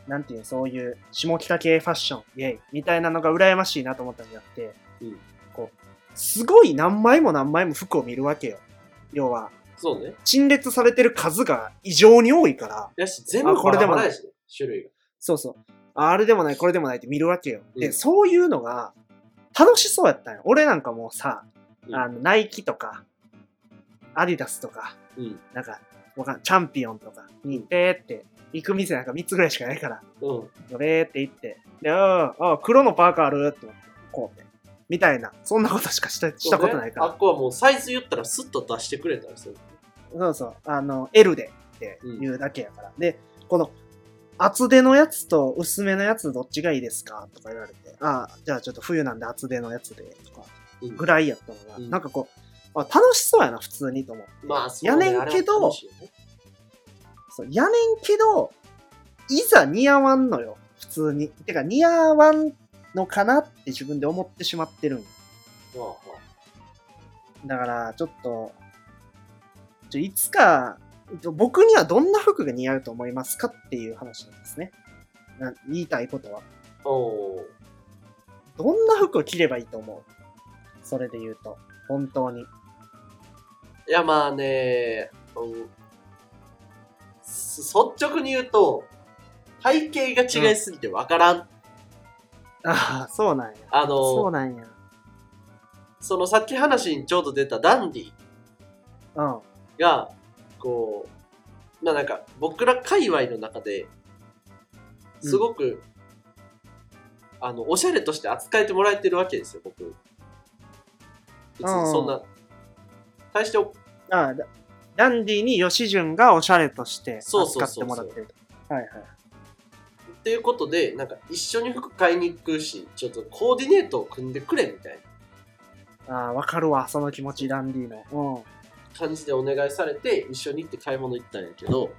[SPEAKER 1] なんていうの、そういう下北系ファッション、イェイ、みたいなのが羨ましいなと思ったんじゃなくて、
[SPEAKER 2] うん
[SPEAKER 1] こう、すごい何枚も何枚も服を見るわけよ。要は、
[SPEAKER 2] そうね。
[SPEAKER 1] 陳列されてる数が異常に多いから、
[SPEAKER 2] やし、全
[SPEAKER 1] あ
[SPEAKER 2] 部
[SPEAKER 1] こ
[SPEAKER 2] こ
[SPEAKER 1] れ
[SPEAKER 2] れ
[SPEAKER 1] で
[SPEAKER 2] で
[SPEAKER 1] も
[SPEAKER 2] も
[SPEAKER 1] ない
[SPEAKER 2] ないしね。種類が。
[SPEAKER 1] そうそう。ああれでもない、これでもないって見るわけよ。
[SPEAKER 2] う
[SPEAKER 1] で、
[SPEAKER 2] ん
[SPEAKER 1] そういうのが楽しそうやったんよ。俺なんかもうさ、
[SPEAKER 2] うん
[SPEAKER 1] あのナイキとか、アディダスとか、
[SPEAKER 2] うん。
[SPEAKER 1] なんか、わかんチャンピオンとかに行ってって、行く店なんか3つぐらいしかないから、
[SPEAKER 2] うん。
[SPEAKER 1] どれーって行って、で、あーあー、黒のパーカーあるって思って、こうって。みたいな、そんなことしかしたしたことないから
[SPEAKER 2] そうねあっ。こはもうサイズ言ったらスッと出してくれたらそう。
[SPEAKER 1] そうそう、あの、L でって言うだけやから。で、この、厚手のやつと薄めのやつどっちがいいですかとか言われて、ああ、じゃあちょっと冬なんで厚手のやつで、とか、
[SPEAKER 2] うん
[SPEAKER 1] ぐらいやったのが、
[SPEAKER 2] うん
[SPEAKER 1] なんかこう、あ楽しそうやな、普通にと思って。
[SPEAKER 2] まあ、そう
[SPEAKER 1] やねん
[SPEAKER 2] あれは
[SPEAKER 1] けど
[SPEAKER 2] 楽しいよね
[SPEAKER 1] そう、やねんけど、いざ似合わんのよ、普通に。てか、似合わんのかなって自分で思ってしまってるんよ
[SPEAKER 2] まあまあ
[SPEAKER 1] だから、ちょっと、ちょいつか、僕にはどんな服が似合うと思いますかっていう話なんですね。な言いたいことは。
[SPEAKER 2] おー
[SPEAKER 1] どんな服を着ればいいと思うそれで言うと、本当に。
[SPEAKER 2] いやまあねうんす率直に言うと背景が違いすぎて分からん、
[SPEAKER 1] ああ、そうなんや。
[SPEAKER 2] あ
[SPEAKER 1] そう
[SPEAKER 2] の
[SPEAKER 1] なんや。
[SPEAKER 2] そのさっき話にちょうど出たダンディ
[SPEAKER 1] うん。うん。
[SPEAKER 2] がこうまあなんか僕ら界隈の中ですごく、あのおしゃれとして扱えてもらえてるわけですよ僕別にそんな、大してお
[SPEAKER 1] ああ、ダダンディに吉純がおしゃれとして
[SPEAKER 2] そうそう
[SPEAKER 1] 扱
[SPEAKER 2] そう
[SPEAKER 1] ってもらってると。はいはい。
[SPEAKER 2] っていうことで、なんか一緒に服買いに行くし、ちょっとコーディネートを組んでくれみたいな
[SPEAKER 1] ああ、わかるわ、その気持ち、ダンディの。
[SPEAKER 2] 感じでお願いされて、一緒に行って買い物行ったんやけど、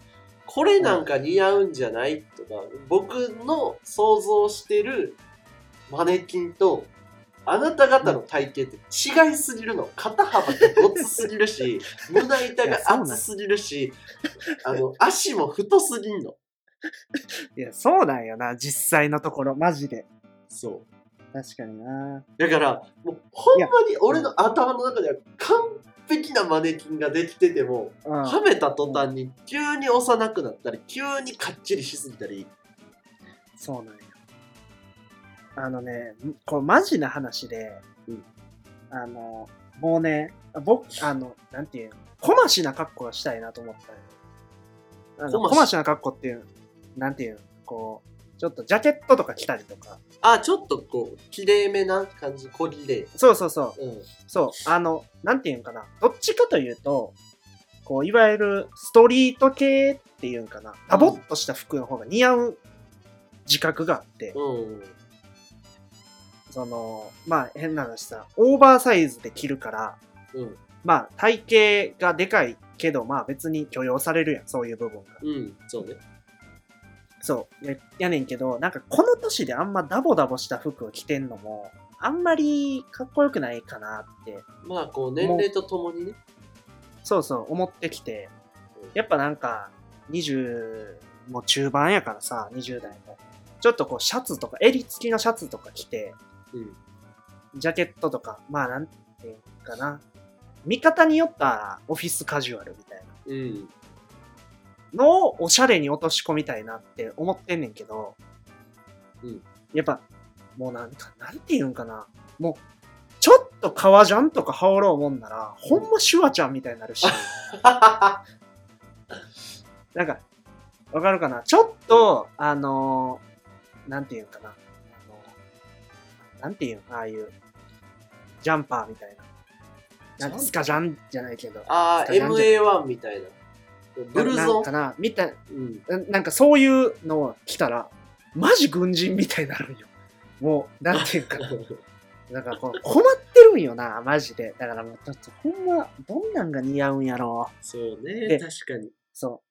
[SPEAKER 2] これなんか似合うんじゃないとか、僕の想像してるマネキンと、あなた方の体型って違いすぎるの。肩幅がごつすぎるし、胸板が厚すぎるし、あの、足も太すぎんの。
[SPEAKER 1] うん。いや、そうなんよな、実際のところ、マジで。
[SPEAKER 2] そう。
[SPEAKER 1] 確かにな。
[SPEAKER 2] だから、もうほんまに俺の頭の中では完璧なマネキンができてても、
[SPEAKER 1] うん。
[SPEAKER 2] はめた途端に急に幼くなったり、急にかっちりしすぎたり、
[SPEAKER 1] そうなんや。あのね、これマジな話で、
[SPEAKER 2] うん
[SPEAKER 1] あの、もうね、僕、あの、なんていうの、こましな格好がしたいなと思ったよあの
[SPEAKER 2] こまし
[SPEAKER 1] こましな格好っていう、なんていうの、こう、ちょっとジャケットとか着たりとか、
[SPEAKER 2] あ、ちょっとこう、きれいめな感じ、小綺麗。
[SPEAKER 1] そうそうそう、
[SPEAKER 2] うん。
[SPEAKER 1] そう、あの、なんていうんかな、どっちかというと、こう、いわゆるストリート系っていうんかな、ダボっとした服の方が似合う自覚があって、
[SPEAKER 2] うん。
[SPEAKER 1] その、まあ変な話さ、オーバーサイズで着るから、
[SPEAKER 2] うん。
[SPEAKER 1] まあ体型がでかいけど、まあ別に許容されるやん、そういう部分が。
[SPEAKER 2] うん。そうね。
[SPEAKER 1] そう、ややねんけど、なんかこの年であんまダボダボした服を着てんのも、あんまりかっこよくないかなって
[SPEAKER 2] まあ、こう、年齢とともにね。
[SPEAKER 1] そうそう、思ってきて、やっぱなんか、20も中盤やからさ、20代も。ちょっとこう、シャツとか、襟付きのシャツとか着て、
[SPEAKER 2] うん。
[SPEAKER 1] ジャケットとか、まあなんていうかな。見方によったら、オフィスカジュアルみたい
[SPEAKER 2] うん。
[SPEAKER 1] なのをおしゃれに落とし込みたいなって思ってんねんけど、
[SPEAKER 2] うん
[SPEAKER 1] やっぱ、もうなんか、なんていうんかな。もう、ちょっと革ジャンとか羽織ろうもんなら、ほんまシュワちゃんみたいになる し。なんか、わかるかなちょっと、あのーなんていうかな。あのなんていうのああいう、ジャンパーみたいな。なんかスカジャンじゃないけど。
[SPEAKER 2] ああ、
[SPEAKER 1] スカジャンじゃ
[SPEAKER 2] MA1 みたいな。ブル
[SPEAKER 1] な
[SPEAKER 2] ゾ
[SPEAKER 1] なん
[SPEAKER 2] ン
[SPEAKER 1] か。な、みたい
[SPEAKER 2] うん。
[SPEAKER 1] な、なんかそういうのを着たら、マジ軍人みたいになるんよ。もう、なんていう かな。なんかこう困ってるんよな、マジで。だからもう、ちょっとほんま、どんなんが似合うんやろう。
[SPEAKER 2] そうね。
[SPEAKER 1] で
[SPEAKER 2] 確かに。
[SPEAKER 1] そう。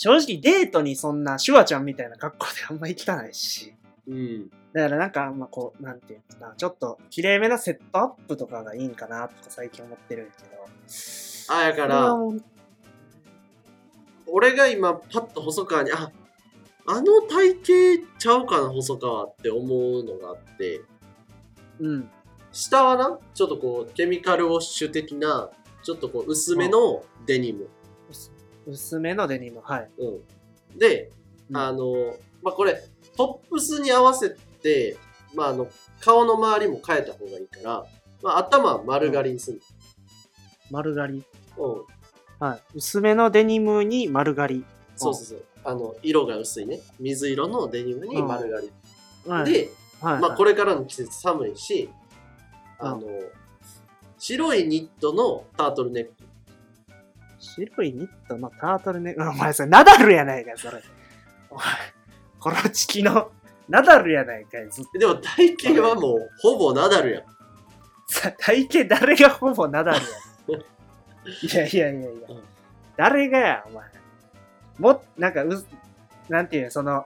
[SPEAKER 1] 正直デートにそんなシュワちゃんみたいな格好であんまり行きたないし。
[SPEAKER 2] うん。
[SPEAKER 1] だからなんか、まあこう、なんていうのかな、ちょっと綺麗めなセットアップとかがいいんかなとか最近思ってるんやけど。
[SPEAKER 2] あや
[SPEAKER 1] こ
[SPEAKER 2] か
[SPEAKER 1] れ
[SPEAKER 2] ら
[SPEAKER 1] は、もう
[SPEAKER 2] 俺が今、パッと細川に、ああの体型ちゃうかな、細川って思うのがあって、
[SPEAKER 1] うん。
[SPEAKER 2] 下はな、ちょっとこう、ケミカルウォッシュ的な、ちょっとこう、薄めのデニム。
[SPEAKER 1] 薄薄めのデニム、はい。
[SPEAKER 2] うん。で、
[SPEAKER 1] うん
[SPEAKER 2] あの、まあ、これ、トップスに合わせて、まあ、あの、顔の周りも変えた方がいいから、まあ、頭は丸刈りにする。
[SPEAKER 1] 丸刈り。
[SPEAKER 2] うん。
[SPEAKER 1] はい。薄めのデニムに丸刈
[SPEAKER 2] そうそうそう。あの、色が薄いね。水色のデニムに丸刈り。
[SPEAKER 1] り。はい。
[SPEAKER 2] で、
[SPEAKER 1] はい、
[SPEAKER 2] まあ、これからの季節寒いし、
[SPEAKER 1] うん
[SPEAKER 2] あの、白いニットのタートルネック。
[SPEAKER 1] 白いニットのタートルネック。お前それナダルやないかい、それ。お前、コロチキのナダルやないかい、ずっと。
[SPEAKER 2] でも体型はもうほぼナダルやん。
[SPEAKER 1] さ体型誰がほぼナダルやいやいやいやいや、
[SPEAKER 2] うん
[SPEAKER 1] 誰がやお前もなんかうなんていうのその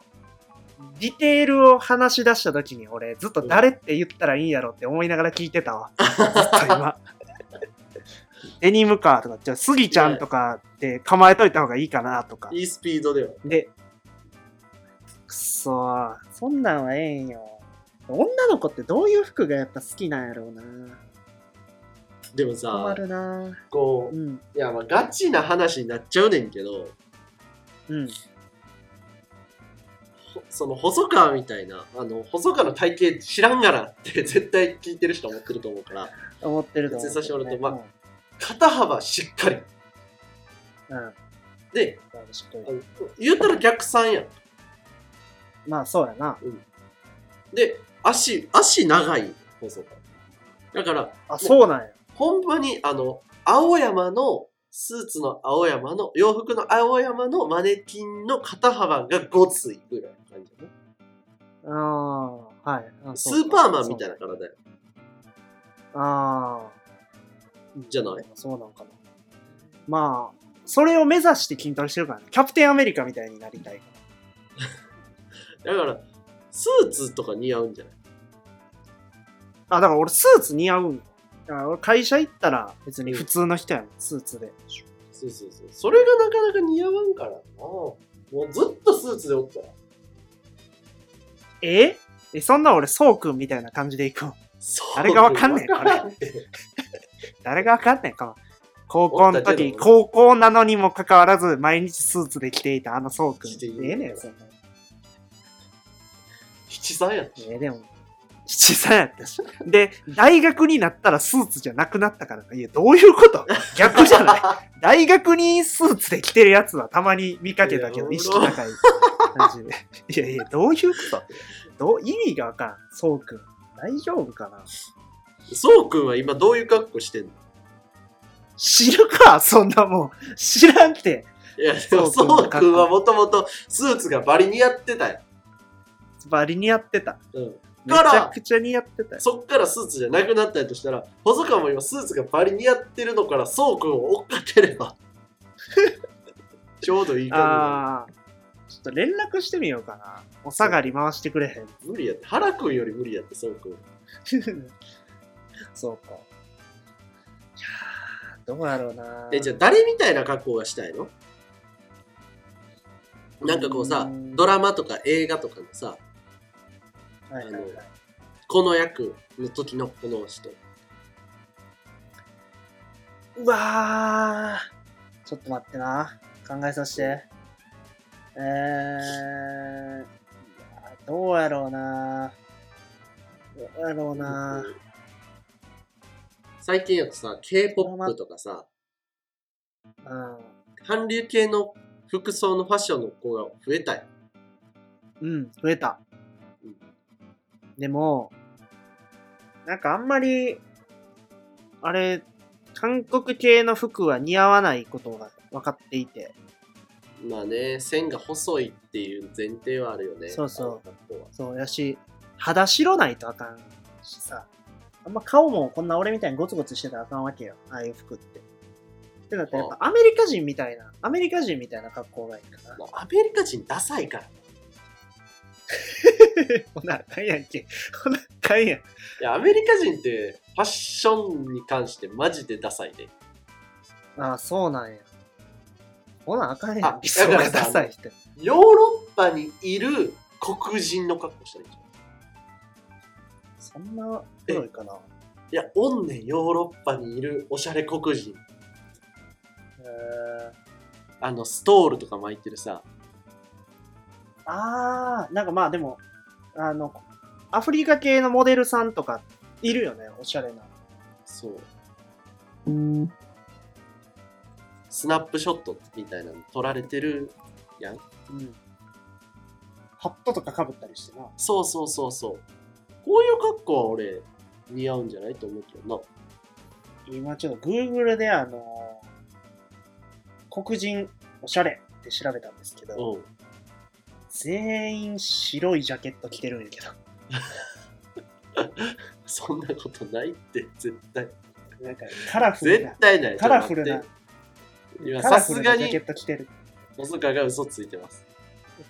[SPEAKER 1] ディテールを話し出した時に俺ずっと誰って言ったらいいんやろって思いながら聞いてたわ、ずっと今 デニムかとかじゃあスギちゃんとかって構えといた方がいいかなとか
[SPEAKER 2] いいスピードでは。
[SPEAKER 1] でくそーそんなんはええんよ女の子ってどういう服がやっぱ好きなんやろうな
[SPEAKER 2] でも
[SPEAKER 1] 困
[SPEAKER 2] さ、
[SPEAKER 1] るな
[SPEAKER 2] こ
[SPEAKER 1] う
[SPEAKER 2] う、
[SPEAKER 1] ん
[SPEAKER 2] いや、まあガチな話になっちゃうねんけど、
[SPEAKER 1] うん
[SPEAKER 2] ほその細川みたいな、あの、細川の体型知らんがなって 絶対聞いてる人は思ってると思うから、
[SPEAKER 1] 思ってると思う、
[SPEAKER 2] 別に差し折るとま肩幅しっかり。
[SPEAKER 1] うん、うん
[SPEAKER 2] で、
[SPEAKER 1] しっかり
[SPEAKER 2] あの言うたら逆算やん。
[SPEAKER 1] まあそうやな
[SPEAKER 2] で、足、足長い、細川。だから、
[SPEAKER 1] あそうなんや
[SPEAKER 2] ほんまに、あの、青山の、スーツの青山の、洋服の青山のマネキンの肩幅がごついぐらいの感じだね。
[SPEAKER 1] あーはいあ
[SPEAKER 2] ス
[SPEAKER 1] そう
[SPEAKER 2] ーパーマンみたいな体や
[SPEAKER 1] そうあ
[SPEAKER 2] じゃな
[SPEAKER 1] あ
[SPEAKER 2] い
[SPEAKER 1] そうなんかなまあそれを目指して筋トレしてるからねキャプテンアメリカみたいになりたいか
[SPEAKER 2] だから、スーツとか似合うんじゃない
[SPEAKER 1] らあだから俺スーツ似合うんよだから俺会社行ったら別に普通の人やもんスーツで
[SPEAKER 2] そうそうそう。それがなかなか似合わんからな。もうずっとスーツでおったら。
[SPEAKER 1] ええそんな俺そうくんみたいな感じで行くん
[SPEAKER 2] そう
[SPEAKER 1] 誰がわかんねん
[SPEAKER 2] わからんて
[SPEAKER 1] 誰がわかんないかも。高校の
[SPEAKER 2] おったけ
[SPEAKER 1] 時、
[SPEAKER 2] ど
[SPEAKER 1] 高校なのにもかかわらず、毎日スーツで着ていたあのそうくん。
[SPEAKER 2] 着ていい
[SPEAKER 1] ええねん、そんな。
[SPEAKER 2] 七三やったし。
[SPEAKER 1] えでも、七三やったし。で、大学になったらスーツじゃなくなったからな。いや、どういうこと逆じゃ ない大学にスーツで着てるやつはたまに見かけたけど、
[SPEAKER 2] い
[SPEAKER 1] 意
[SPEAKER 2] や
[SPEAKER 1] 識高い感じで。いやいや、どういうことどう意味がわからん。そうくん。大丈夫かな
[SPEAKER 2] そうくんは今どういう格好してんの
[SPEAKER 1] 知るかそんなもん。知らんって。
[SPEAKER 2] いや、でも
[SPEAKER 1] そう
[SPEAKER 2] そう
[SPEAKER 1] く
[SPEAKER 2] く
[SPEAKER 1] んの格
[SPEAKER 2] ん
[SPEAKER 1] 好
[SPEAKER 2] はもともとスーツがバリ似合ってたよ。
[SPEAKER 1] バリにやってた。
[SPEAKER 2] うん。
[SPEAKER 1] めちゃくちゃにやってたよ。
[SPEAKER 2] そっからスーツじゃなくなったんやとしたら、細川も今スーツがバリ似合ってるのから、そうくんを追っかけれ ば。ちょうどいいか
[SPEAKER 1] ああ。ちょっと連絡してみようかな。お下がり回してくれへん。
[SPEAKER 2] も。無理やって。原くんより無理やって、そうくん。
[SPEAKER 1] そうか。いやーどうやろうな。
[SPEAKER 2] え、じゃあ誰みたいな格好がしたいのなんかこう
[SPEAKER 1] う
[SPEAKER 2] さ
[SPEAKER 1] ん、
[SPEAKER 2] ドラマとか映画とかのさ、
[SPEAKER 1] はいはいはい
[SPEAKER 2] この役の時のこの人。
[SPEAKER 1] うわーちょっと待ってな。考えさせて。えー、いやーどうやろうな。どうやろうな。
[SPEAKER 2] 最近やとさ、K-POP とかさ、
[SPEAKER 1] うん。
[SPEAKER 2] 韓流系の服装のファッションの子が増えたい。
[SPEAKER 1] うん、増えた
[SPEAKER 2] うん。
[SPEAKER 1] でも、なんかあんまり、あれ、韓国系の服は似合わないことが分かっていて、
[SPEAKER 2] まあね、線が細いっていう前提はあるよね。
[SPEAKER 1] そうそう
[SPEAKER 2] あの格好は。
[SPEAKER 1] そうやし、肌白ないとあかんしさ、あんま顔もこんな俺みたいにゴツゴツしてたらあかんわけよ、ああいう服って。ってなったらやっぱアメリカ人みたいな、アメリカ人みたいな格好がいいか な。
[SPEAKER 2] まあアメリカ人ダサいから。い
[SPEAKER 1] ほな、あかんやんけ。ほな、あかんやん。
[SPEAKER 2] や、アメリカ人ってファッションに関してマジでダサいで。
[SPEAKER 1] ああ、そうなんや。ほな、あかんや
[SPEAKER 2] あ
[SPEAKER 1] ん。理想が
[SPEAKER 2] だから
[SPEAKER 1] ダ
[SPEAKER 2] さ
[SPEAKER 1] サい人。
[SPEAKER 2] ヨーロッパにいる黒人の格好したらいいんじゃ
[SPEAKER 1] そ
[SPEAKER 2] ん。
[SPEAKER 1] んな黒いかな。
[SPEAKER 2] いや、おんねん、ヨーロッパにいるおしゃれ黒人。
[SPEAKER 1] えー、
[SPEAKER 2] あの、ストールとか巻いてるさ。
[SPEAKER 1] あー、なんかまあでも、あの、アフリカ系のモデルさんとかいるよね、おしゃれな。
[SPEAKER 2] そう。スナップショットみたいなの撮られてるやん。
[SPEAKER 1] うん。ハットとかかぶったりしてな。
[SPEAKER 2] そうそうそうそう。こういう格好は俺、似合うんじゃないと思うけどな。
[SPEAKER 1] 今ちょっと Google であのー黒人おしゃれって調べたんですけど、
[SPEAKER 2] うん。
[SPEAKER 1] 全員白いジャケット着てるんやけど。
[SPEAKER 2] そんなことないって、絶 対。
[SPEAKER 1] なんかカラフル
[SPEAKER 2] 絶
[SPEAKER 1] な、
[SPEAKER 2] 対ない。
[SPEAKER 1] カラフル
[SPEAKER 2] ちょっ
[SPEAKER 1] な
[SPEAKER 2] と、待って今、
[SPEAKER 1] カラ
[SPEAKER 2] さ
[SPEAKER 1] フ
[SPEAKER 2] す
[SPEAKER 1] ル
[SPEAKER 2] が
[SPEAKER 1] なジャケ
[SPEAKER 2] に
[SPEAKER 1] ッ、ト着てる。
[SPEAKER 2] 細川が嘘ついてます。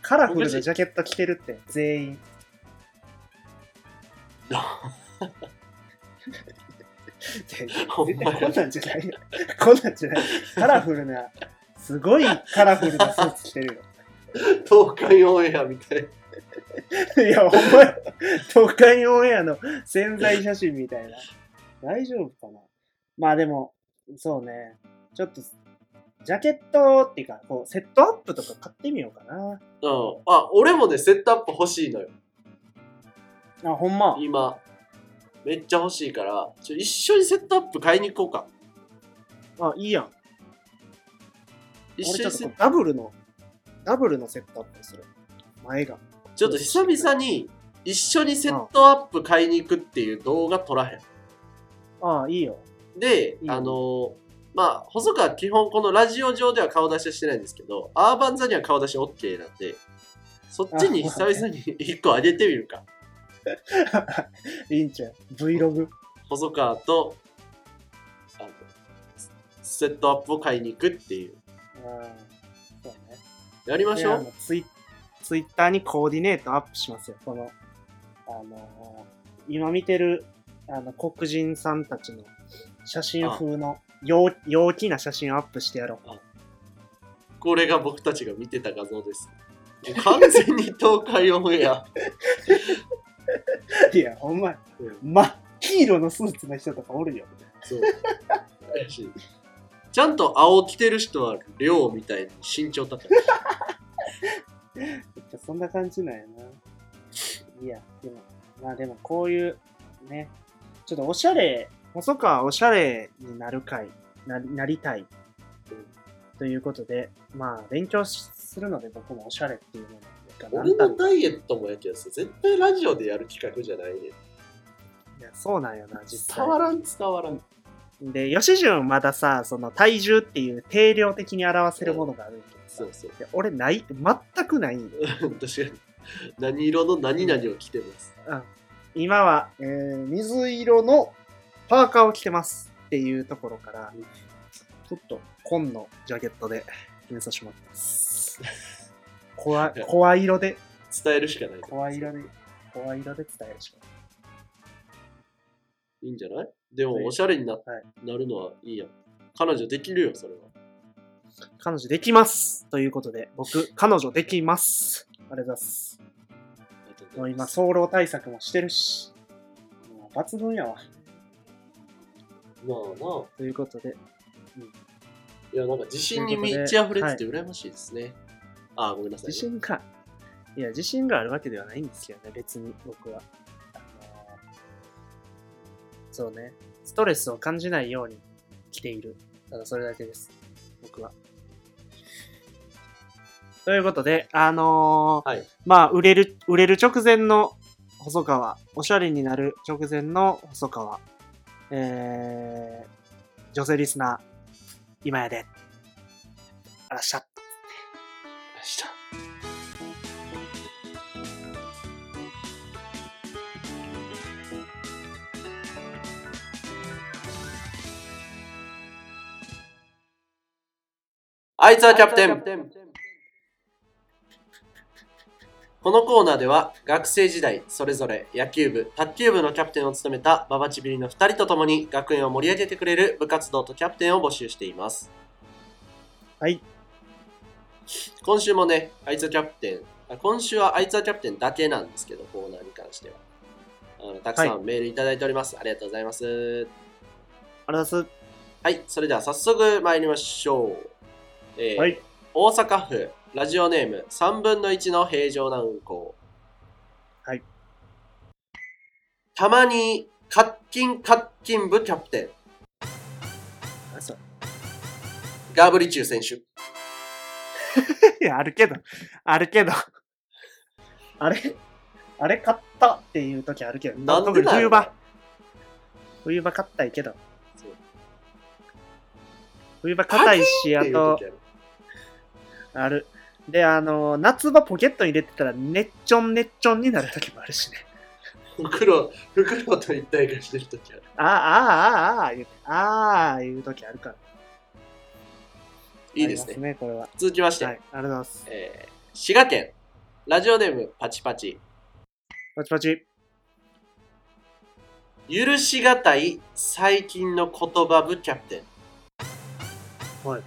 [SPEAKER 1] カラフルなジャケット着てるって、全員。絶対こ
[SPEAKER 2] ほんまや
[SPEAKER 1] んなんじゃないよ。こんなんじゃない。カラフルな、すごいカラフルなスーツ着てる
[SPEAKER 2] 東海オンエアみたいな。
[SPEAKER 1] よ。いや、ほんまや東海オンエアの潜在写真みたいな。大丈夫かなまあでも、そうね。ちょっと、ジャケットっていうか、こう、セットアップとか買ってみようかな。
[SPEAKER 2] うん。あ、俺もね、セットアップ欲しいのよ。
[SPEAKER 1] あ、ほんま。
[SPEAKER 2] 今。めっちゃ欲しいから、ちょ一緒にセットアップ買いに行こうか。
[SPEAKER 1] あ、いいやん。
[SPEAKER 2] 一
[SPEAKER 1] 俺ちょ
[SPEAKER 2] 緒に
[SPEAKER 1] っと
[SPEAKER 2] セ
[SPEAKER 1] こ
[SPEAKER 2] ッ
[SPEAKER 1] うダブルの、ダブルのセットアップする。前が。
[SPEAKER 2] ちょっと久々に一緒にセットアップ買いに行くっていう動画撮らへ
[SPEAKER 1] ああ、いいよ。
[SPEAKER 2] ん。で
[SPEAKER 1] う、ん
[SPEAKER 2] あのーまあ、細川基本このラジオ上では顔出しはしてないんですけど、アーバン座には顔出し OK なんで、そっちに久 々に一個あげてみるか。
[SPEAKER 1] いいんちゃう ?Vlog。
[SPEAKER 2] 細川と、あの、セットアップを買いに行くっていう。
[SPEAKER 1] うん。そうね。
[SPEAKER 2] やりまし
[SPEAKER 1] い
[SPEAKER 2] ょ
[SPEAKER 1] や
[SPEAKER 2] う
[SPEAKER 1] も。うツイツイッターにコーディネートアップしますよ。この、あのー今見てる、あの、黒人さんたちの写真風の陽陽気な写真をアップしてやろ
[SPEAKER 2] これが僕たちが見てた画像です。完全に東海オンエア。
[SPEAKER 1] う。いや、ほんまや
[SPEAKER 2] うん
[SPEAKER 1] 真っ黄色のスーツの人とかおるよ。
[SPEAKER 2] そう。ちゃんと青着てる人は量みたいに 身長高い。
[SPEAKER 1] そんな感じなんやな。いや、でも、まあでもこういう、ね、ちょっとおしゃれ、細川おしゃれになる会、なりなりたい、ということで、まあ勉強しするので僕もおしゃれっていうのが
[SPEAKER 2] 俺
[SPEAKER 1] なん
[SPEAKER 2] の
[SPEAKER 1] か
[SPEAKER 2] ダイエットもやけどさ、絶対ラジオでやる企画じゃないね。
[SPEAKER 1] いやそうなんよな、実際
[SPEAKER 2] 伝。わらん、伝わらん。
[SPEAKER 1] で、吉純まださ、その体重っていう定量的に表せるものがあるけどさ
[SPEAKER 2] そうそう。
[SPEAKER 1] で俺ない、全くないんよ。
[SPEAKER 2] 確かに。何色の何々を着てます。
[SPEAKER 1] うん今は、えー水色のパーカーを着てますっていうところから、ちょっと紺のジャケットで決めさせてもらって ます。怖い、怖い色で、
[SPEAKER 2] 伝えるしかない。
[SPEAKER 1] 怖い色で、怖い色で伝えるしかない
[SPEAKER 2] いんじゃないで
[SPEAKER 1] はい
[SPEAKER 2] も、おしゃれにな,、
[SPEAKER 1] はい
[SPEAKER 2] なるのはいいやん。彼女できるよ、それは。
[SPEAKER 1] 彼女できますということで、僕、彼女できます。ありがとうございます。もう今、早漏対策もしてるし、もう抜群やわ。
[SPEAKER 2] まあまあ、
[SPEAKER 1] ということで、
[SPEAKER 2] いや、なんか自信に満ち溢れてて羨ましいですね。ああ、ごめんなさい、
[SPEAKER 1] 自信が、いや、自信があるわけではないんですけどね、別に僕は。あのそうね、ストレスを感じないように来ている。ただそれだけです、僕は。ということで、あのー
[SPEAKER 2] はい
[SPEAKER 1] まあ、売れる、売れる直前の細川、おしゃれになる直前の細川、えー、女性リスナー、今やで、あらっしゃっ
[SPEAKER 2] した。あいつはキャプテンこのコーナーでは学生時代それぞれ野球部卓球部のキャプテンを務めたババチビリの2人と共に学園を盛り上げてくれる部活動とキャプテンを募集しています
[SPEAKER 1] はい
[SPEAKER 2] 今週もねあいつはキャプテンあ今週はあいつはキャプテンだけなんですけどコーナーに関してはあのたくさ
[SPEAKER 1] は
[SPEAKER 2] んメールいただいております、ありがとうございます
[SPEAKER 1] ありがとうございます。
[SPEAKER 2] はい、それでは早速参りましょう。えー
[SPEAKER 1] はい
[SPEAKER 2] 大阪府ラジオネーム3分の1の平常な運行。
[SPEAKER 1] はい。
[SPEAKER 2] たまに、カッキンカッキン部キャプテ
[SPEAKER 1] 何それ
[SPEAKER 2] ン、ガーブリチュー選手。
[SPEAKER 1] いや、あるけど、あるけど。あれあれ買ったっていう時あるけど。
[SPEAKER 2] なんで
[SPEAKER 1] 特に
[SPEAKER 2] だ
[SPEAKER 1] 冬
[SPEAKER 2] よ
[SPEAKER 1] 場。冬場買ったいけど。
[SPEAKER 2] そう
[SPEAKER 1] 冬場硬いし、
[SPEAKER 2] っ
[SPEAKER 1] あ
[SPEAKER 2] ていう
[SPEAKER 1] と
[SPEAKER 2] 時、ある
[SPEAKER 1] ある。で、あの、夏場ポケットに入れてたら、ねっちょんねっちょんになる時もあるしね。
[SPEAKER 2] 袋、袋と一体化してる時ある。
[SPEAKER 1] ああ、ああ、ああ、言うああ、いう時あるから。
[SPEAKER 2] いいです
[SPEAKER 1] あり
[SPEAKER 2] ね。
[SPEAKER 1] まね、これは。
[SPEAKER 2] 続きまして、
[SPEAKER 1] はい、ありがとうございます。
[SPEAKER 2] えー滋賀県、ラジオネームパチパチ。
[SPEAKER 1] パチパチ。
[SPEAKER 2] 許しがたい最近の言葉部キャプテン。
[SPEAKER 1] はい。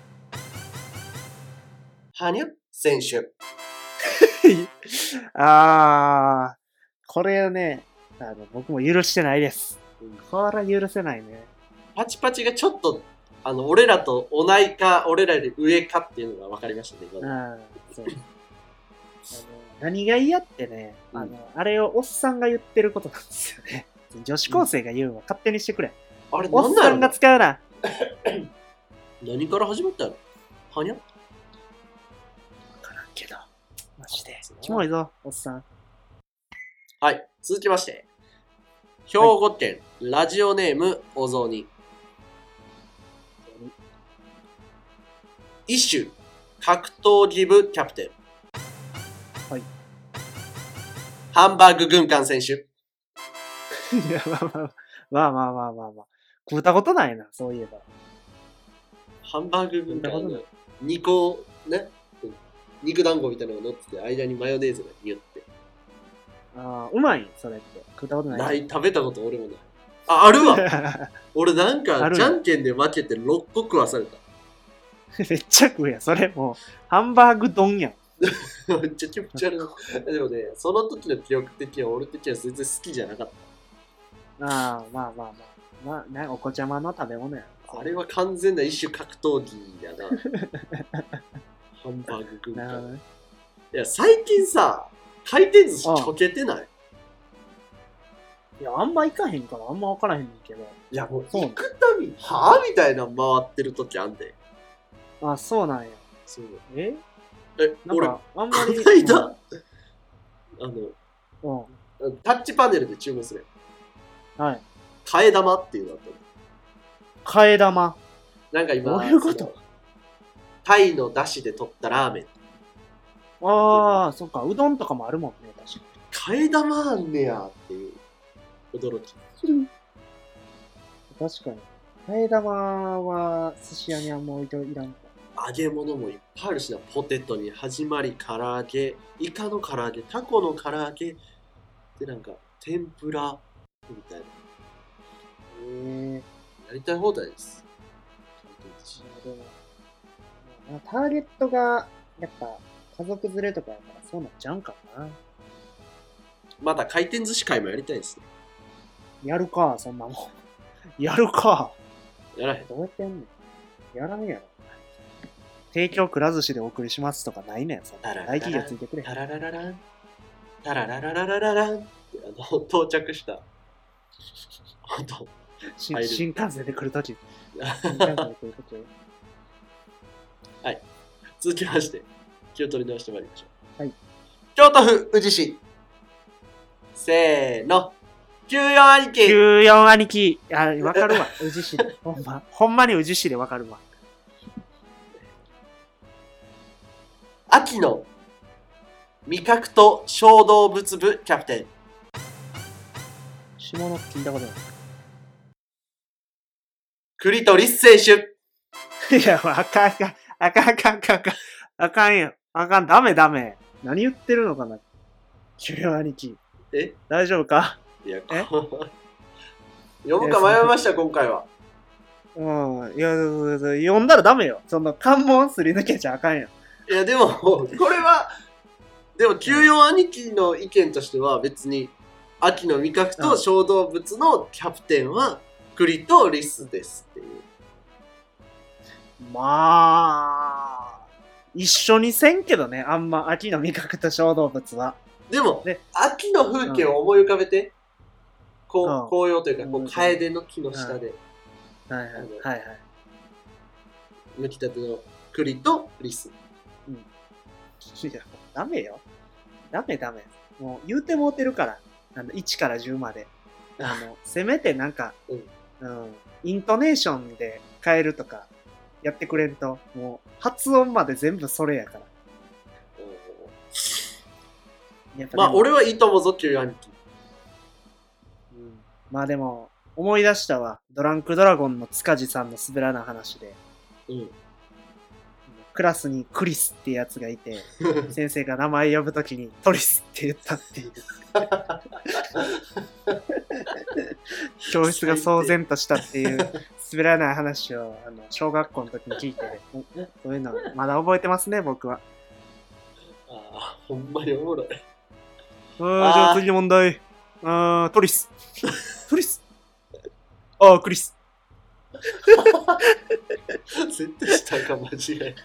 [SPEAKER 2] 羽生選手。
[SPEAKER 1] ああ、これね、あの、僕も許してないです
[SPEAKER 2] うん。
[SPEAKER 1] これは許せないね。
[SPEAKER 2] パチパチがちょっと、あの、俺らと同いか、俺らより上かっていうのが分かりましたね。今の
[SPEAKER 1] あーそうあの何が嫌ってね、
[SPEAKER 2] うん
[SPEAKER 1] あの、あれをおっさんが言ってることなんですよね。 女子高生が言うのは勝手にしてくれ。
[SPEAKER 2] あれ、
[SPEAKER 1] おっ
[SPEAKER 2] なんだ
[SPEAKER 1] さ
[SPEAKER 2] ろ
[SPEAKER 1] んが
[SPEAKER 2] う
[SPEAKER 1] 使うな。
[SPEAKER 2] 何から始まったの羽生
[SPEAKER 1] けど、マジで
[SPEAKER 2] そう。
[SPEAKER 1] キモいぞ、おっさん。
[SPEAKER 2] はい。続きまして。兵庫県、ラジオネーム、お雑煮。一種、格闘技部キャプテン。
[SPEAKER 1] はい。
[SPEAKER 2] ハンバーグ軍艦選手。
[SPEAKER 1] いや、まあまあまあまあまあまあまあ。食うたことないな、そういえば。
[SPEAKER 2] ハンバーグ軍
[SPEAKER 1] なるほ
[SPEAKER 2] 艦
[SPEAKER 1] ど
[SPEAKER 2] が肉をね、うん肉団子みたいなのが乗ってて、間にマヨネーズがニュって。
[SPEAKER 1] ああ、うまい、それって。食うたことない。
[SPEAKER 2] ない、食べたこと俺もない。あ、あ るわ俺なん
[SPEAKER 1] あ
[SPEAKER 2] か、
[SPEAKER 1] る
[SPEAKER 2] じゃんけんで負けて6個食わされた。
[SPEAKER 1] めっちゃ食うやん。それもう、ハンバーグ丼やん。
[SPEAKER 2] めっちゃ気持ち悪い。でもね、その時の記憶的には俺的には全然好きじゃなかっ
[SPEAKER 1] ああ、まあまあまあ。まあ、なお子ちゃまの食べ物や
[SPEAKER 2] た。あれは完全な一種格闘技やな。 ハンバーグ軍
[SPEAKER 1] なるほど
[SPEAKER 2] 艦。
[SPEAKER 1] ね。
[SPEAKER 2] いや、最近さ、回転寿司ちょけてない
[SPEAKER 1] いや、あんま行かへんから、あんま分からへんねんけど。
[SPEAKER 2] いやもう
[SPEAKER 1] そうな
[SPEAKER 2] 行
[SPEAKER 1] の
[SPEAKER 2] くたびにはぁみたいなの回ってる時あんで
[SPEAKER 1] あ、そうなんや。
[SPEAKER 2] そう
[SPEAKER 1] え
[SPEAKER 2] え
[SPEAKER 1] なん
[SPEAKER 2] 俺
[SPEAKER 1] か、あんまり。
[SPEAKER 2] こないだあ
[SPEAKER 1] うん。
[SPEAKER 2] のタッチパネルで注文する
[SPEAKER 1] はい。
[SPEAKER 2] 替え玉っていうのあったの
[SPEAKER 1] 替え玉。
[SPEAKER 2] なんか今
[SPEAKER 1] どういうこと
[SPEAKER 2] そのタイの出汁で取ったラーメン
[SPEAKER 1] ああ、そっか。うどんとかもあるもんね、確か
[SPEAKER 2] 替え玉あんねやっていう驚き
[SPEAKER 1] に。確かに。替え玉は寿司屋にあんま置いていらんか
[SPEAKER 2] 揚げ物もいっぱいあるしなポテトに始まり唐揚げイカの唐揚げタコの唐揚げでなんか天ぷらみたいな
[SPEAKER 1] ら。へえ。
[SPEAKER 2] やりたい放題です
[SPEAKER 1] でも、まあターゲットが、やっぱ、家族連れとかやからそうなっちゃうんかな。
[SPEAKER 2] また回転寿司会もやりたいですね
[SPEAKER 1] やるか、そん なもん。やるか。
[SPEAKER 2] やらへん
[SPEAKER 1] どうやってやんねん。やらんやろ。提供くら寿司でお送りしますとかないねん。そんな
[SPEAKER 2] あら
[SPEAKER 1] 大企業ついてくれへん
[SPEAKER 2] タ。ラララランタララララララランってあの到着した音
[SPEAKER 1] 新
[SPEAKER 2] 入る
[SPEAKER 1] 新幹線で来るとき。新幹線で来るとき。
[SPEAKER 2] 続きまして気を取り直してまいりましょう、
[SPEAKER 1] はい、
[SPEAKER 2] 京都府宇治市せーの94兄 貴
[SPEAKER 1] 94兄貴。あ、わかるわ。 宇治市で。ほんま。ほんまに宇治市でわかるわ。
[SPEAKER 2] 秋の味覚と小動物部キャプテン
[SPEAKER 1] 下の聞いたことな
[SPEAKER 2] 栗取選手
[SPEAKER 1] い。いや、あかんあかん。あかんあかんあかんあかん。あかんよ。あかん。ダメダメ。何言ってるのかな ?94 兄貴。
[SPEAKER 2] え
[SPEAKER 1] 大丈夫か
[SPEAKER 2] いや
[SPEAKER 1] え
[SPEAKER 2] こ 読むか迷いました今回は
[SPEAKER 1] うん。いや、呼んだらダメよ。その関門すり抜けちゃあかんよ。
[SPEAKER 2] いや でもこれはでも94兄貴の意見としては別に秋の味覚と小動物のキャプテンは栗とリスですっていう
[SPEAKER 1] まあ、一緒にせんけどね、あんま秋の味覚と小動物は。
[SPEAKER 2] でも
[SPEAKER 1] ね
[SPEAKER 2] 秋の風景を思い浮かべて、こう
[SPEAKER 1] うん
[SPEAKER 2] 紅葉というかこ
[SPEAKER 1] う
[SPEAKER 2] うん楓の木の下で
[SPEAKER 1] はいはいはい、はい。
[SPEAKER 2] 剥きたての栗とリス
[SPEAKER 1] いや、ダメよ。ダメダメ。もう言うてもうてるから。あの、1から10まで。あ の、せめてなんか、
[SPEAKER 2] うん
[SPEAKER 1] うん、イントネーションで変えるとか、やってくれんと、もう、発音まで全部それやから。やっぱでも
[SPEAKER 2] まあ俺はいいと思うぞっていう兄貴
[SPEAKER 1] うんまあでも、思い出したわ。ドランクドラゴンの塚地さんの滑らない話で。
[SPEAKER 2] うん
[SPEAKER 1] クラスにクリスってやつがい て、先生が名前呼ぶときにトリスって言ったって いう。教室が騒然としたっていう滑らない話をあの小学校の時に聞いて、 おそういうのまだ覚えてますね、僕は。
[SPEAKER 2] ああほんまにおもろい
[SPEAKER 1] あーじゃあ次の問題。あートリ ス。トリス。あー、クリス。
[SPEAKER 2] 絶対したか間違い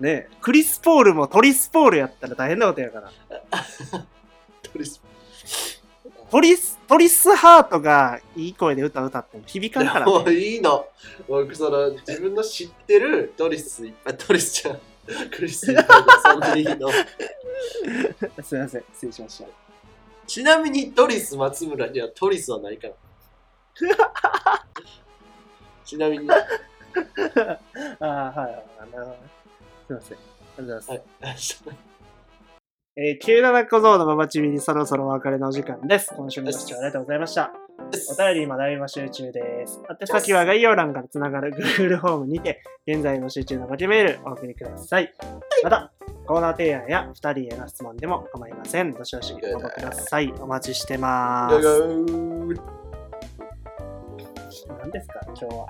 [SPEAKER 1] ねえクリスポールもトリスポールやったら大変なことやから。
[SPEAKER 2] トリス
[SPEAKER 1] トリス、トリスハートがいい声で歌歌っても響かんから、
[SPEAKER 2] も
[SPEAKER 1] ね。
[SPEAKER 2] ういいの僕その自分の知ってるトリスいっぱいトリスちゃんクリスいっぱいがそんなにいいの
[SPEAKER 1] すいません、失礼しました。
[SPEAKER 2] ちなみにトリス松村にはトリスはないからちなみに
[SPEAKER 1] ああ、はいはいはい、なるほどね。すいません。ありがとうございます。
[SPEAKER 2] はい
[SPEAKER 1] えー、97小僧のババチミにそろそろお別れのお時間です。今週もご視聴ありがとうございました。お便り今大募集中です。宛先は概要欄からつながる Google フォームにて、現在募集中のバケメールお送りください。また、コーナー提案や2人への質問でも構いません。どしどしご応募ください。お待ちしてま
[SPEAKER 2] よ
[SPEAKER 1] す。
[SPEAKER 2] よ
[SPEAKER 1] 何ですか今日は。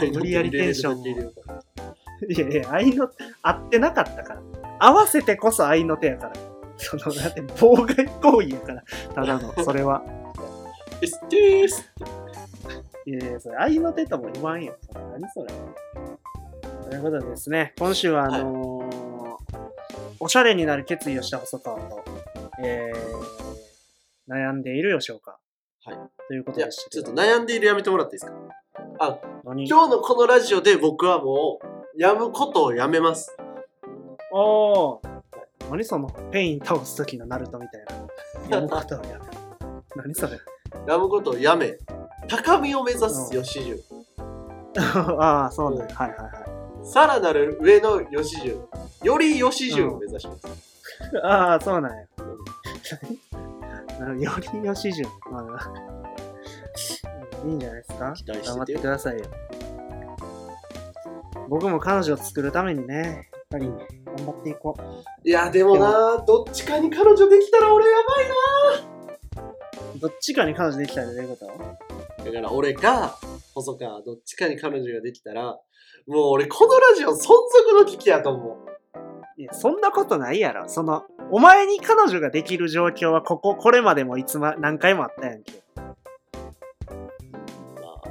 [SPEAKER 2] ー
[SPEAKER 1] 無理やりテンションを
[SPEAKER 2] 入れるだけ入れる
[SPEAKER 1] いやいや、愛の、合ってなかったから。合わせてこそ愛の手やから。その、だって妨害行為やから。ただ の、それは。
[SPEAKER 2] エステース
[SPEAKER 1] いやいや、それ、愛の手とも言わんよ。それ何それ。ということでですね、今週はあのーおしゃれになる決意をした細川と、えー、悩んでいる吉岡。
[SPEAKER 2] はい。
[SPEAKER 1] というこ
[SPEAKER 2] い
[SPEAKER 1] と
[SPEAKER 2] や、
[SPEAKER 1] で
[SPEAKER 2] ち
[SPEAKER 1] した
[SPEAKER 2] ょっと悩んでいるやめてもらっていいですかあ、
[SPEAKER 1] 何
[SPEAKER 2] 今日のこのラジオで僕はもう、やむことをやめます。
[SPEAKER 1] おー何そのペイン倒す時のナルトみたいな。やむことをやる。 何それ
[SPEAKER 2] やむことをやめ、高みを目指す吉純。
[SPEAKER 1] ああ、そうなんだ。はいはいはい。
[SPEAKER 2] さらなる上の吉純。より吉純を目指します。
[SPEAKER 1] ああ、そうなんや。 よりよしじゅん。まあ、 いいんじゃないですか
[SPEAKER 2] 期待してて
[SPEAKER 1] 頑張ってくださいよ。僕も彼女を作るためにね、やっぱり頑張っていこ
[SPEAKER 2] いや、でもな、どっちかに彼女できたら俺やばいな。
[SPEAKER 1] う。どっちかに彼女できたらどういうこと
[SPEAKER 2] だから俺か、細か、どっちかに彼女ができたら、もう俺このラジオ存続の危機やと思う。
[SPEAKER 1] いや、そんなことないやろ。その、お前に彼女ができる状況はここ、これまでもいつま、何回もあったやんけ。だか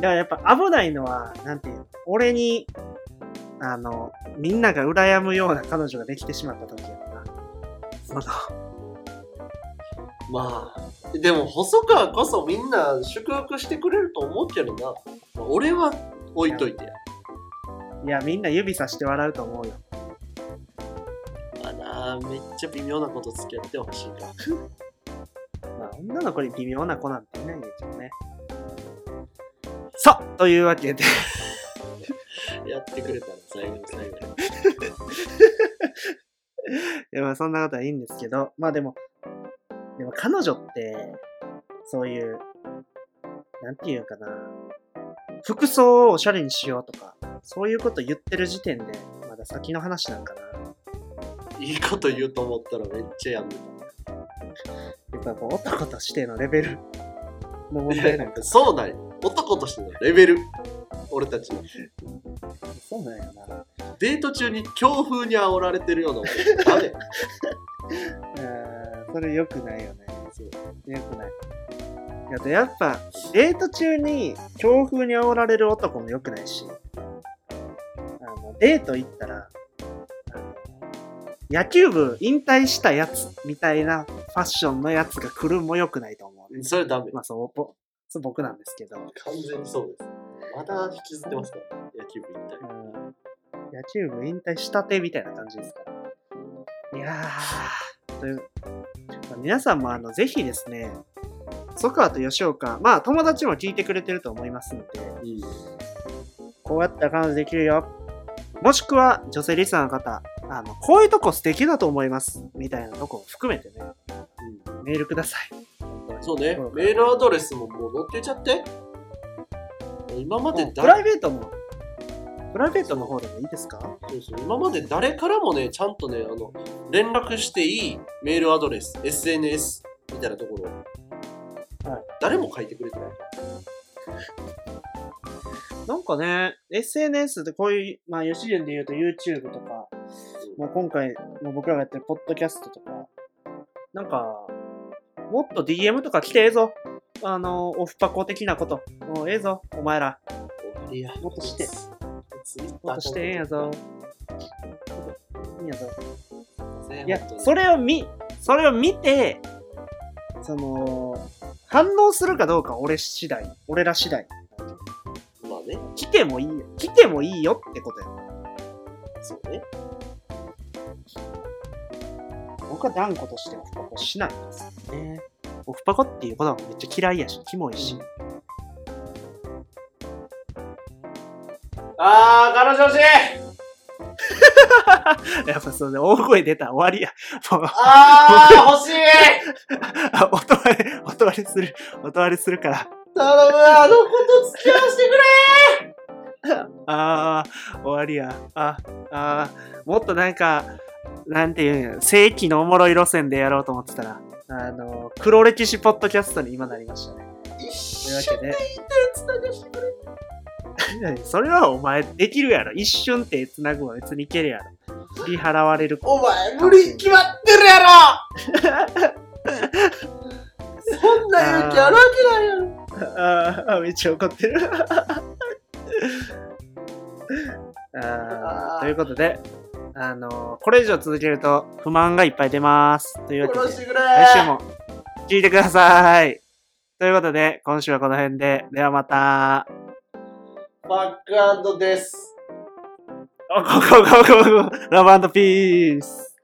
[SPEAKER 1] らやっぱ危ないのは、なんていうの、俺に、あの、みんなが羨むような彼女ができてしまった時やな。その、
[SPEAKER 2] まあ、でも細川こそみんな祝福してくれると思うけどな。まあ俺は置いといてや。
[SPEAKER 1] いや、みんな指さして笑うと思うよ。
[SPEAKER 2] まあな、めっちゃ微妙なこと付き合ってほしいから。
[SPEAKER 1] まあ、女の子に微妙な子なんていないんですよね。さあというわけで、
[SPEAKER 2] やってくれたら最後の最
[SPEAKER 1] い
[SPEAKER 2] 後に。
[SPEAKER 1] やまあそんなことはいいんですけど、まあでも、でも彼女って、そういう、なんていうかな、服装をおしゃれにしようとか、そういうこと言ってる時点で、まだ先の話なんかな。
[SPEAKER 2] いいこと言うと思ったらめっちゃやんでた。
[SPEAKER 1] やっぱこう男としてのレベルの問
[SPEAKER 2] い
[SPEAKER 1] 題
[SPEAKER 2] や
[SPEAKER 1] な
[SPEAKER 2] なんん
[SPEAKER 1] か
[SPEAKER 2] かそうなんや男としてのレベル。俺たちの。
[SPEAKER 1] そうなんやな。
[SPEAKER 2] デート中に強風に煽られてるような俺ダメ。
[SPEAKER 1] うんそれ良くないよね。良くない。あとやっぱ、デート中に強風に煽られる男も良くないし、あのデート行ったら、あの野球部引退したやつみたいなファッションのやつが来るも良くないと思うね。
[SPEAKER 2] それダメ。
[SPEAKER 1] まあそうぼ、そう僕なんですけど、うん
[SPEAKER 2] 完全にそうです。まだ引きずってますから、野球部引退。
[SPEAKER 1] 野球部引退したてみたいな感じですから。いやー、という、まあ皆さんもあの、ぜひですね、ソカと吉岡、まあ友達も聞いてくれてると思いますので、
[SPEAKER 2] うん
[SPEAKER 1] こうやったら彼女できるよ。もしくは、女性リスナーの方、あの、こういうとこ素敵だと思います。みたいなとこを含めてね、メールください。
[SPEAKER 2] そうね
[SPEAKER 1] そう、か
[SPEAKER 2] メールアドレスももう載っけちゃって。今まで
[SPEAKER 1] プラ
[SPEAKER 2] 誰
[SPEAKER 1] イベートも、プライベートの方でもいいですか
[SPEAKER 2] そうそう今まで誰からもね、ちゃんとね、あの連絡していいメールアドレス、SNS みたいなところ、
[SPEAKER 1] はい
[SPEAKER 2] 誰も書いてくれてない。
[SPEAKER 1] なんかね、SNS でこういう、まあ、吉純で言うと YouTube とか、まあ、今回、もう僕らがやってるポッドキャストとか、なんか、もっと DM とか来てええぞ。あの、オフパコ的なこと。もうええぞ、お前ら。
[SPEAKER 2] いや、
[SPEAKER 1] もっとして
[SPEAKER 2] ツイッター
[SPEAKER 1] もっとしてええんやぞ。いいんやぞ。い
[SPEAKER 2] い
[SPEAKER 1] や
[SPEAKER 2] や、、
[SPEAKER 1] それを見、それを見て、その、反応するかどうか俺次第、俺ら次第。
[SPEAKER 2] まあね、
[SPEAKER 1] 来てもいいよ。来てもいいよってことや。
[SPEAKER 2] そうね。
[SPEAKER 1] 僕は断固としてオフパコしないんですよね。オフパコっていうことはめっちゃ嫌いやし、キモいし。
[SPEAKER 2] あー、彼女欲しい
[SPEAKER 1] やっぱそうね、大声出たら終わりや。もう、
[SPEAKER 2] あ ー、欲しい
[SPEAKER 1] あお断り、お断りする、お断りするから。
[SPEAKER 2] 頼むあの子と付き合わせてくれ
[SPEAKER 1] ああ、終わりや。あ、あー、もっとなんか、なんていうんや、正規のおもろい路線でやろうと思ってたら、あの、黒歴史ポッドキャストに今なりましたね。
[SPEAKER 2] 一
[SPEAKER 1] というわけ
[SPEAKER 2] 緒に
[SPEAKER 1] で、
[SPEAKER 2] つながしてくれ
[SPEAKER 1] それはお前できるやろ。一瞬手つなぐは別にいけるやろ。振り払われる。
[SPEAKER 2] お前無理に決まってるやろそんな勇気あるわけないやろ
[SPEAKER 1] あーあー、めっちゃ怒ってる。あー
[SPEAKER 2] あー
[SPEAKER 1] ということで、あの、これ以上続けると不満がいっぱい出ます。というわけ
[SPEAKER 2] 殺し
[SPEAKER 1] で、
[SPEAKER 2] てくれ
[SPEAKER 1] 来週も聞いてください。ということで、今週はこの辺で、ではまた。
[SPEAKER 2] バックアンドです。
[SPEAKER 1] おここここここラブピース。